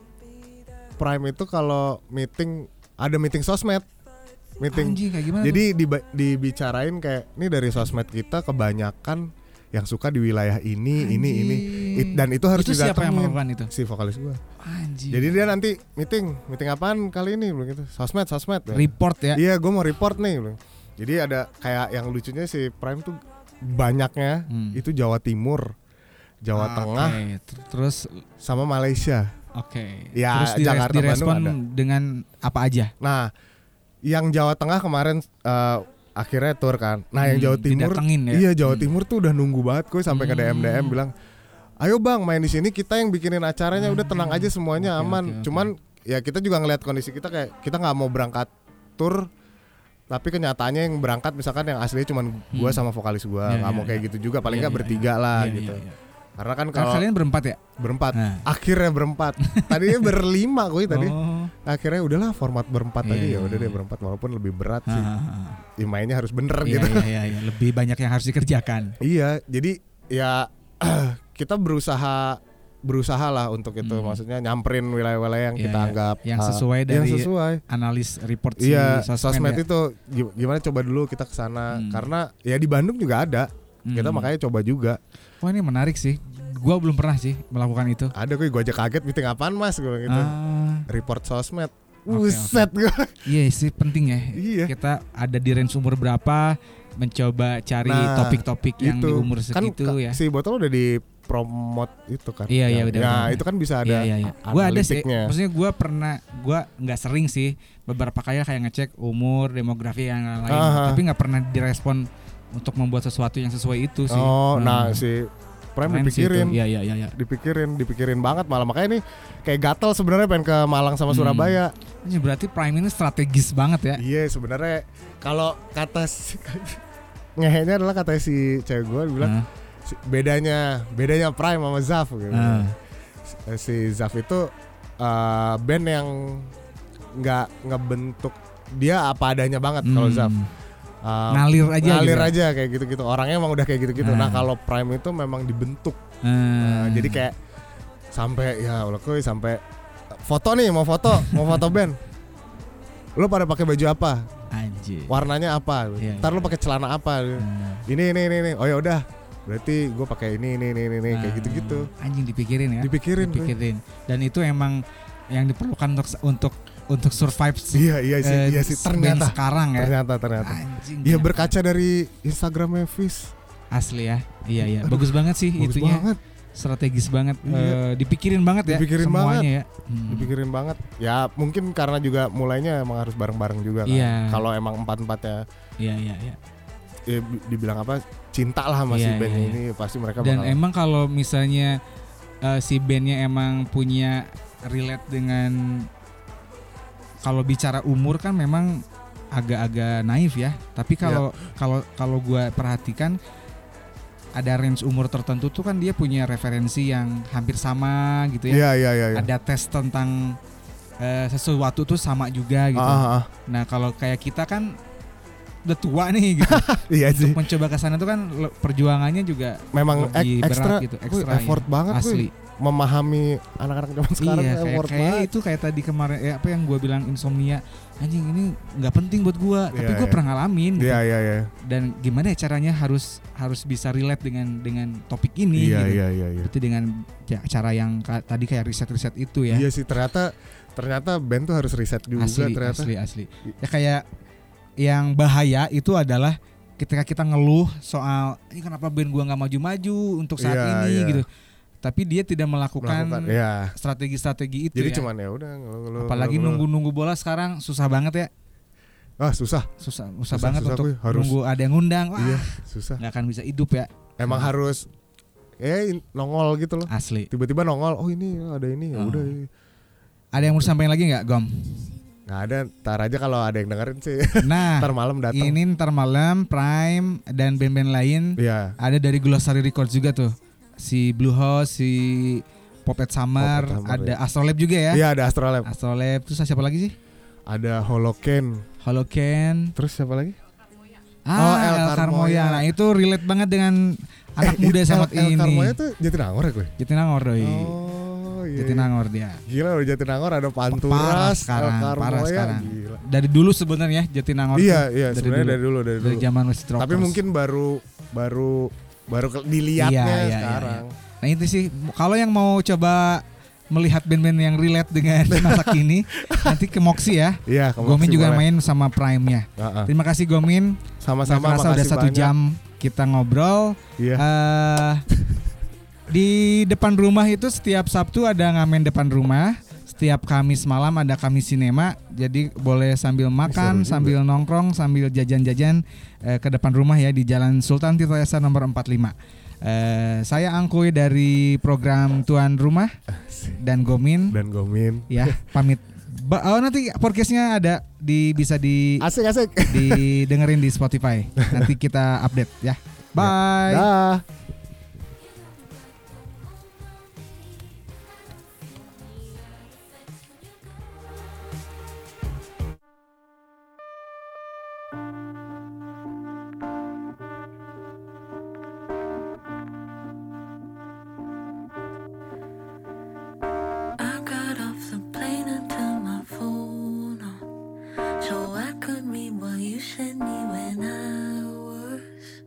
Speaker 2: Prime itu kalau meeting ada meeting sosmed meeting
Speaker 1: Anjing kayak gimana?
Speaker 2: Jadi diba- dibicarain kayak ini dari sosmed kita kebanyakan yang suka di wilayah ini, ini, ini, It- dan itu harus
Speaker 1: itu siapa yang
Speaker 2: didatengin.
Speaker 1: melakukan itu?
Speaker 2: si vokalis gua.
Speaker 1: Anjing.
Speaker 2: Jadi dia nanti meeting, meeting apaan kali ini begitu. Sosmed, sosmed. Ya.
Speaker 1: report ya.
Speaker 2: Iya, gua mau report nih. bilang. Jadi ada kayak yang lucunya si Prime tuh banyaknya
Speaker 1: Hmm.
Speaker 2: itu Jawa Timur, Jawa
Speaker 1: Ah,
Speaker 2: Tengah,
Speaker 1: oke. Ter- Terus
Speaker 2: sama Malaysia.
Speaker 1: oke.
Speaker 2: Ya,
Speaker 1: Terus dires-
Speaker 2: Jakarta,
Speaker 1: direspon
Speaker 2: Bandung
Speaker 1: dengan apa aja?
Speaker 2: Nah, yang Jawa Tengah kemarin eh, akhirnya tur kan. Nah, yang
Speaker 1: Hmm,
Speaker 2: Jawa Timur
Speaker 1: didatengin ya.
Speaker 2: Iya Jawa
Speaker 1: Hmm.
Speaker 2: Timur tuh udah nunggu banget gue sampai ke DM
Speaker 1: Hmm.
Speaker 2: DM bilang, ayo bang main di sini kita yang bikinin acaranya udah tenang aja semuanya
Speaker 1: Hmm. Oke,
Speaker 2: aman.
Speaker 1: oke, oke.
Speaker 2: Cuman ya kita juga ngelihat kondisi kita kayak kita nggak mau berangkat tur, tapi kenyataannya yang berangkat misalkan yang aslinya cuman gue
Speaker 1: Hmm.
Speaker 2: sama vokalis gue
Speaker 1: Iya,
Speaker 2: nggak
Speaker 1: iya,
Speaker 2: mau kayak
Speaker 1: iya.
Speaker 2: gitu juga paling
Speaker 1: Iya,
Speaker 2: nggak
Speaker 1: iya,
Speaker 2: bertiga lah
Speaker 1: Iya,
Speaker 2: gitu.
Speaker 1: iya, iya.
Speaker 2: Karena kan
Speaker 1: Kan
Speaker 2: kalau
Speaker 1: kalian berempat ya?
Speaker 2: berempat
Speaker 1: Nah.
Speaker 2: akhirnya
Speaker 1: <laughs>
Speaker 2: berempat tadinya berlima gue tadi
Speaker 1: Oh.
Speaker 2: akhirnya udahlah format berempat
Speaker 1: Iya,
Speaker 2: aja
Speaker 1: iya,
Speaker 2: ya udah
Speaker 1: iya.
Speaker 2: deh berempat walaupun lebih berat
Speaker 1: Ah,
Speaker 2: sih
Speaker 1: ah, ah.
Speaker 2: Ya, mainnya harus bener
Speaker 1: Iya,
Speaker 2: gitu
Speaker 1: iya, iya, iya. Lebih banyak yang harus dikerjakan.
Speaker 2: <laughs> Iya, jadi ya <clears throat> kita berusaha berusaha lah untuk itu
Speaker 1: Hmm.
Speaker 2: maksudnya nyamperin wilayah-wilayah yang
Speaker 1: Iya,
Speaker 2: kita
Speaker 1: iya.
Speaker 2: anggap
Speaker 1: Yang
Speaker 2: uh,
Speaker 1: sesuai
Speaker 2: yang
Speaker 1: dari
Speaker 2: sesuai.
Speaker 1: analis report si
Speaker 2: Iya,
Speaker 1: sosmed,
Speaker 2: sosmed
Speaker 1: ya.
Speaker 2: itu gi- gimana coba dulu kita ke sana
Speaker 1: Hmm.
Speaker 2: karena ya di Bandung juga ada. Kita
Speaker 1: Hmm.
Speaker 2: makanya coba juga.
Speaker 1: Wah ini menarik sih. Gua belum pernah sih melakukan itu.
Speaker 2: Ada gue gua aja kaget meeting apaan Mas gue bilang Ah, gitu.
Speaker 1: Ah,
Speaker 2: Report sosmed.
Speaker 1: Oke,
Speaker 2: Buset gue.
Speaker 1: iya sih penting ya.
Speaker 2: Iya.
Speaker 1: Kita ada di range umur berapa, mencoba cari
Speaker 2: Nah,
Speaker 1: topik-topik yang
Speaker 2: itu.
Speaker 1: di umur
Speaker 2: kan
Speaker 1: segitu
Speaker 2: ka-
Speaker 1: ya.
Speaker 2: si botol udah di promote itu kan.
Speaker 1: Iya, iya,
Speaker 2: Ya,
Speaker 1: udah,
Speaker 2: ya,
Speaker 1: udah.
Speaker 2: itu kan bisa ada.
Speaker 1: Iya iya iya. Gua ada sih.
Speaker 2: analitiknya.
Speaker 1: Maksudnya gua pernah gua nggak sering sih beberapa kali kayak ngecek umur, demografi yang lain,
Speaker 2: Aha.
Speaker 1: tapi nggak pernah direspon untuk membuat sesuatu yang sesuai itu sih.
Speaker 2: Oh, nah
Speaker 1: Hmm.
Speaker 2: si Prime
Speaker 1: Keren sih itu.
Speaker 2: dipikirin.
Speaker 1: Iya iya iya iya.
Speaker 2: dipikirin dipikirin banget malah makanya ini kayak gatel sebenarnya pengen ke Malang sama
Speaker 1: Hmm.
Speaker 2: Surabaya
Speaker 1: Ini berarti Prime ini strategis banget ya.
Speaker 2: iya sebenarnya kalau kata si, <laughs> ngehenya adalah kata si cewek gue bilang
Speaker 1: Nah,
Speaker 2: si- bedanya bedanya Prime sama Zaf gitu.
Speaker 1: nah.
Speaker 2: si Zaf itu eh, band yang nggak ngebentuk dia apa adanya banget kalau
Speaker 1: Hmm.
Speaker 2: Zaf Eh,
Speaker 1: Ngalir aja.
Speaker 2: ngalir
Speaker 1: gitu.
Speaker 2: aja kayak gitu-gitu orangnya emang udah kayak gitu-gitu nah
Speaker 1: Ah.
Speaker 2: kalau Prime itu memang dibentuk
Speaker 1: Ah.
Speaker 2: Nah, jadi kayak sampai ya Allah kuy sampai foto nih mau foto mau
Speaker 1: <laughs>
Speaker 2: foto band lu pada pakai baju apa
Speaker 1: Eh, anjir.
Speaker 2: warnanya apa
Speaker 1: Iya,
Speaker 2: ntar lu
Speaker 1: iya.
Speaker 2: pakai celana apa
Speaker 1: Nah.
Speaker 2: ini ini ini ini oh ya udah berarti gue pakai ini ini ini ini ini, kayak
Speaker 1: Ah,
Speaker 2: gitu gitu
Speaker 1: Anjing dipikirin ya.
Speaker 2: dipikirin kuy.
Speaker 1: Dipikirin. Dan itu emang yang diperlukan untuk untuk untuk survive sih.
Speaker 2: iya iya sih iya sih
Speaker 1: band
Speaker 2: ternyata
Speaker 1: sekarang ya.
Speaker 2: ternyata ternyata
Speaker 1: Anjing.
Speaker 2: ya
Speaker 1: ternyata.
Speaker 2: berkaca dari Instagramnya ya, Fis
Speaker 1: asli ya. Iya iya.
Speaker 2: Aduh,
Speaker 1: Bagus banget sih
Speaker 2: Bagus
Speaker 1: itunya.
Speaker 2: banget,
Speaker 1: Strategis banget.
Speaker 2: Iya.
Speaker 1: Eh, dipikirin banget ya
Speaker 2: Dipikirin
Speaker 1: semuanya ya. Hmm.
Speaker 2: dipikirin banget. Ya mungkin karena juga mulainya emang harus bareng-bareng juga kan.
Speaker 1: Iya.
Speaker 2: Kalau emang empat-empatnya
Speaker 1: Iya iya iya.
Speaker 2: ya, bi- dibilang apa cinta lah sama si
Speaker 1: Iya,
Speaker 2: band
Speaker 1: iya, iya.
Speaker 2: ini pasti mereka
Speaker 1: Dan
Speaker 2: bakal
Speaker 1: emang kalau misalnya eh, si bandnya emang punya relate dengan kalau bicara umur kan memang agak-agak naif ya. Tapi
Speaker 2: Iya.
Speaker 1: kalau kalau kalau gue perhatikan ada range umur tertentu tuh kan dia punya referensi yang hampir sama gitu ya.
Speaker 2: Iya iya iya. iya.
Speaker 1: Ada tes tentang eh, sesuatu tuh sama juga gitu.
Speaker 2: Ah, ah, ah.
Speaker 1: Nah kalau kayak kita kan udah tua nih
Speaker 2: <laughs>
Speaker 1: gitu.
Speaker 2: Iya sih.
Speaker 1: Mencoba ke sana tuh kan le- perjuangannya juga
Speaker 2: Memang ek-
Speaker 1: lebih berat
Speaker 2: ekstra,
Speaker 1: gitu,
Speaker 2: wih,
Speaker 1: ekstra,
Speaker 2: effort banget wih. <laughs>
Speaker 1: asli
Speaker 2: memahami anak-anak zaman sekarang
Speaker 1: iya
Speaker 2: tuh
Speaker 1: kayak,
Speaker 2: effort
Speaker 1: kayak
Speaker 2: banget.
Speaker 1: itu kayak tadi kemarin ya, apa yang gue bilang insomnia anjing ini nggak penting buat gue tapi
Speaker 2: Iya,
Speaker 1: gue
Speaker 2: iya.
Speaker 1: pernah ngalamin gitu.
Speaker 2: Iya iya iya.
Speaker 1: dan gimana ya caranya harus harus bisa relate dengan dengan topik ini
Speaker 2: Iya
Speaker 1: gitu.
Speaker 2: iya iya iya.
Speaker 1: itu dengan ca- cara yang ka- tadi kayak riset-riset itu ya
Speaker 2: Iya sih ternyata ternyata band tuh harus riset juga
Speaker 1: asli
Speaker 2: ternyata.
Speaker 1: asli asli ya kayak yang bahaya itu adalah ketika kita ngeluh soal ini kenapa band gua nggak maju-maju untuk saat
Speaker 2: Iya,
Speaker 1: ini
Speaker 2: iya.
Speaker 1: gitu tapi dia tidak melakukan,
Speaker 2: Melakukan ya.
Speaker 1: strategi-strategi itu
Speaker 2: Jadi
Speaker 1: gitu ya.
Speaker 2: cuman ya udah ngeluh-ngeluh,
Speaker 1: apalagi
Speaker 2: ngeluh-ngeluh.
Speaker 1: nunggu-nunggu bola sekarang susah banget ya
Speaker 2: Ah susah,
Speaker 1: susah susah,
Speaker 2: Susah,
Speaker 1: banget
Speaker 2: susah,
Speaker 1: untuk
Speaker 2: gue harus-
Speaker 1: nunggu ada yang ngundang wah
Speaker 2: iya susah.
Speaker 1: nggak akan bisa hidup ya
Speaker 2: Emang harus eh in- nongol gitu loh.
Speaker 1: asli
Speaker 2: Tiba-tiba nongol, oh ini ada ini ya
Speaker 1: Ah.
Speaker 2: udah.
Speaker 1: ada yang mau disampaikan lagi nggak
Speaker 2: <laughs>
Speaker 1: gom
Speaker 2: Nggak ada, ntar aja kalau ada yang dengerin sih.
Speaker 1: nah
Speaker 2: ntar malam datang.
Speaker 1: ini ntar malam prime dan band-band lain
Speaker 2: <laughs> Iya.
Speaker 1: ada dari Glossary Records juga tuh si Blue House si Popet Summer,
Speaker 2: Popet Summer,
Speaker 1: ada Astrolab juga ya
Speaker 2: Iya ada Astrolab,
Speaker 1: Astrolab terus siapa lagi sih
Speaker 2: ada Holoken,
Speaker 1: Holoken
Speaker 2: terus siapa lagi? Oh, El
Speaker 1: ah El Carmoya
Speaker 2: Carmoya.
Speaker 1: nah itu relate banget dengan anak
Speaker 2: Eh,
Speaker 1: muda
Speaker 2: <laughs> El-
Speaker 1: saat ini
Speaker 2: El Carmoya tuh Jatinangor ya gue.
Speaker 1: Jatinangor doi
Speaker 2: Oh iya.
Speaker 1: Jatinangor dia
Speaker 2: Gila udah Jatinangor ada
Speaker 1: Parah
Speaker 2: Panturas,
Speaker 1: sekarang,
Speaker 2: El
Speaker 1: parah
Speaker 2: Carmoya,
Speaker 1: sekarang.
Speaker 2: gila.
Speaker 1: dari dulu sebenarnya Jatinangor tuh,
Speaker 2: Iya, iya
Speaker 1: dari
Speaker 2: sebenarnya
Speaker 1: dulu.
Speaker 2: dari dulu dari dulu.
Speaker 1: dari zaman masih Rockers.
Speaker 2: Tapi mungkin baru baru baru ke- dilihatnya
Speaker 1: Iya, iya, iya,
Speaker 2: sekarang.
Speaker 1: nah itu sih kalau yang mau coba melihat band-band yang relate <laughs> dengan masa kini nanti ke Moxie Ah. ya.
Speaker 2: Iya, kamu
Speaker 1: Gomin
Speaker 2: masih
Speaker 1: juga
Speaker 2: boleh.
Speaker 1: main sama Prime-nya.
Speaker 2: Heeh.
Speaker 1: Terima kasih Gomin. Nggak
Speaker 2: Sama-sama
Speaker 1: kerasa udah
Speaker 2: makasih
Speaker 1: satu
Speaker 2: banyak.
Speaker 1: jam kita ngobrol.
Speaker 2: Iya.
Speaker 1: Eh, di depan rumah itu setiap Sabtu ada ngamen depan rumah. Setiap Kamis malam ada Kamis Sinema. Jadi boleh sambil makan,
Speaker 2: seru juga.
Speaker 1: sambil nongkrong, sambil jajan-jajan eh, ke depan rumah ya di Jalan Sultan Tirtayasa nomor 45. Eh, saya Angkuy dari program Tuan Rumah dan Gomin
Speaker 2: Dan Gomin.
Speaker 1: ya pamit. Ba- oh, nanti podcastnya ada di bisa di
Speaker 2: Asik asik.
Speaker 1: didengerin di Spotify. Nanti kita update ya. Bye.
Speaker 2: Dah.
Speaker 4: I got off the plane and turned my phone on so I could read what you sent me when I was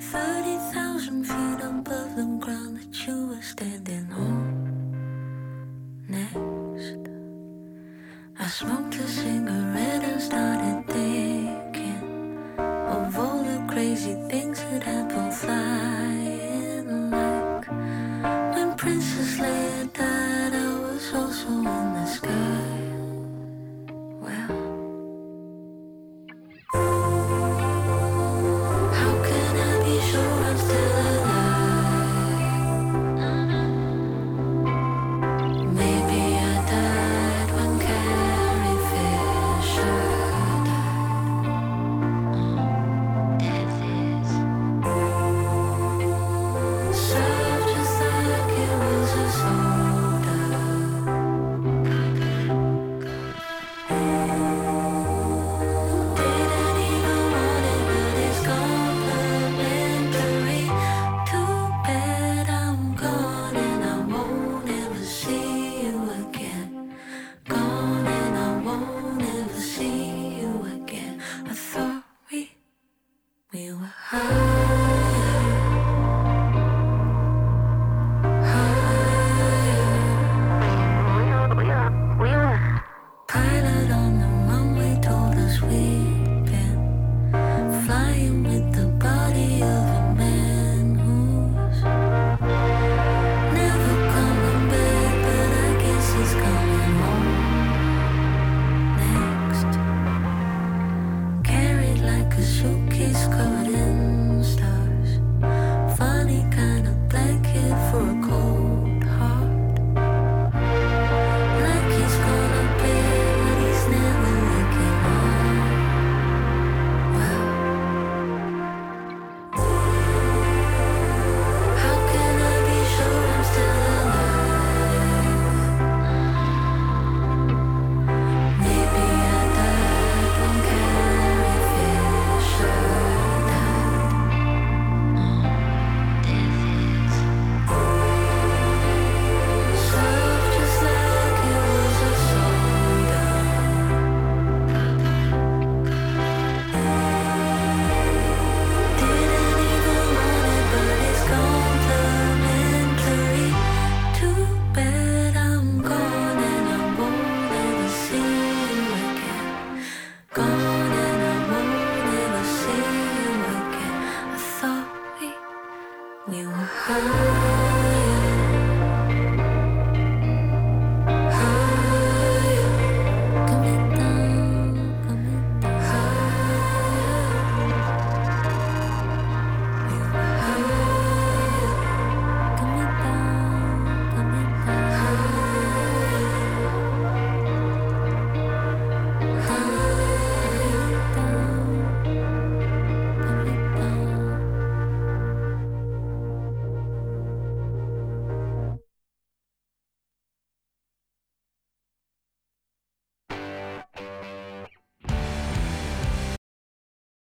Speaker 4: 30,000 feet above the ground that you were standing on. Next, I smoked a cigarette and started thinking of all the crazy things that happened flying like. When Princess Leia died, I was also in the sky. Well, how can I be sure I'm still alive? Maybe I died when Carrie Fisher died. Death is. Served just like it was a soda. Didn't even want it, but it's complimentary. Too bad I'm gone and I won't ever see you again. Gone and I won't ever see you again. I thought we we were high. Pilot on the runway told us we'd been flying with the body of a man. high.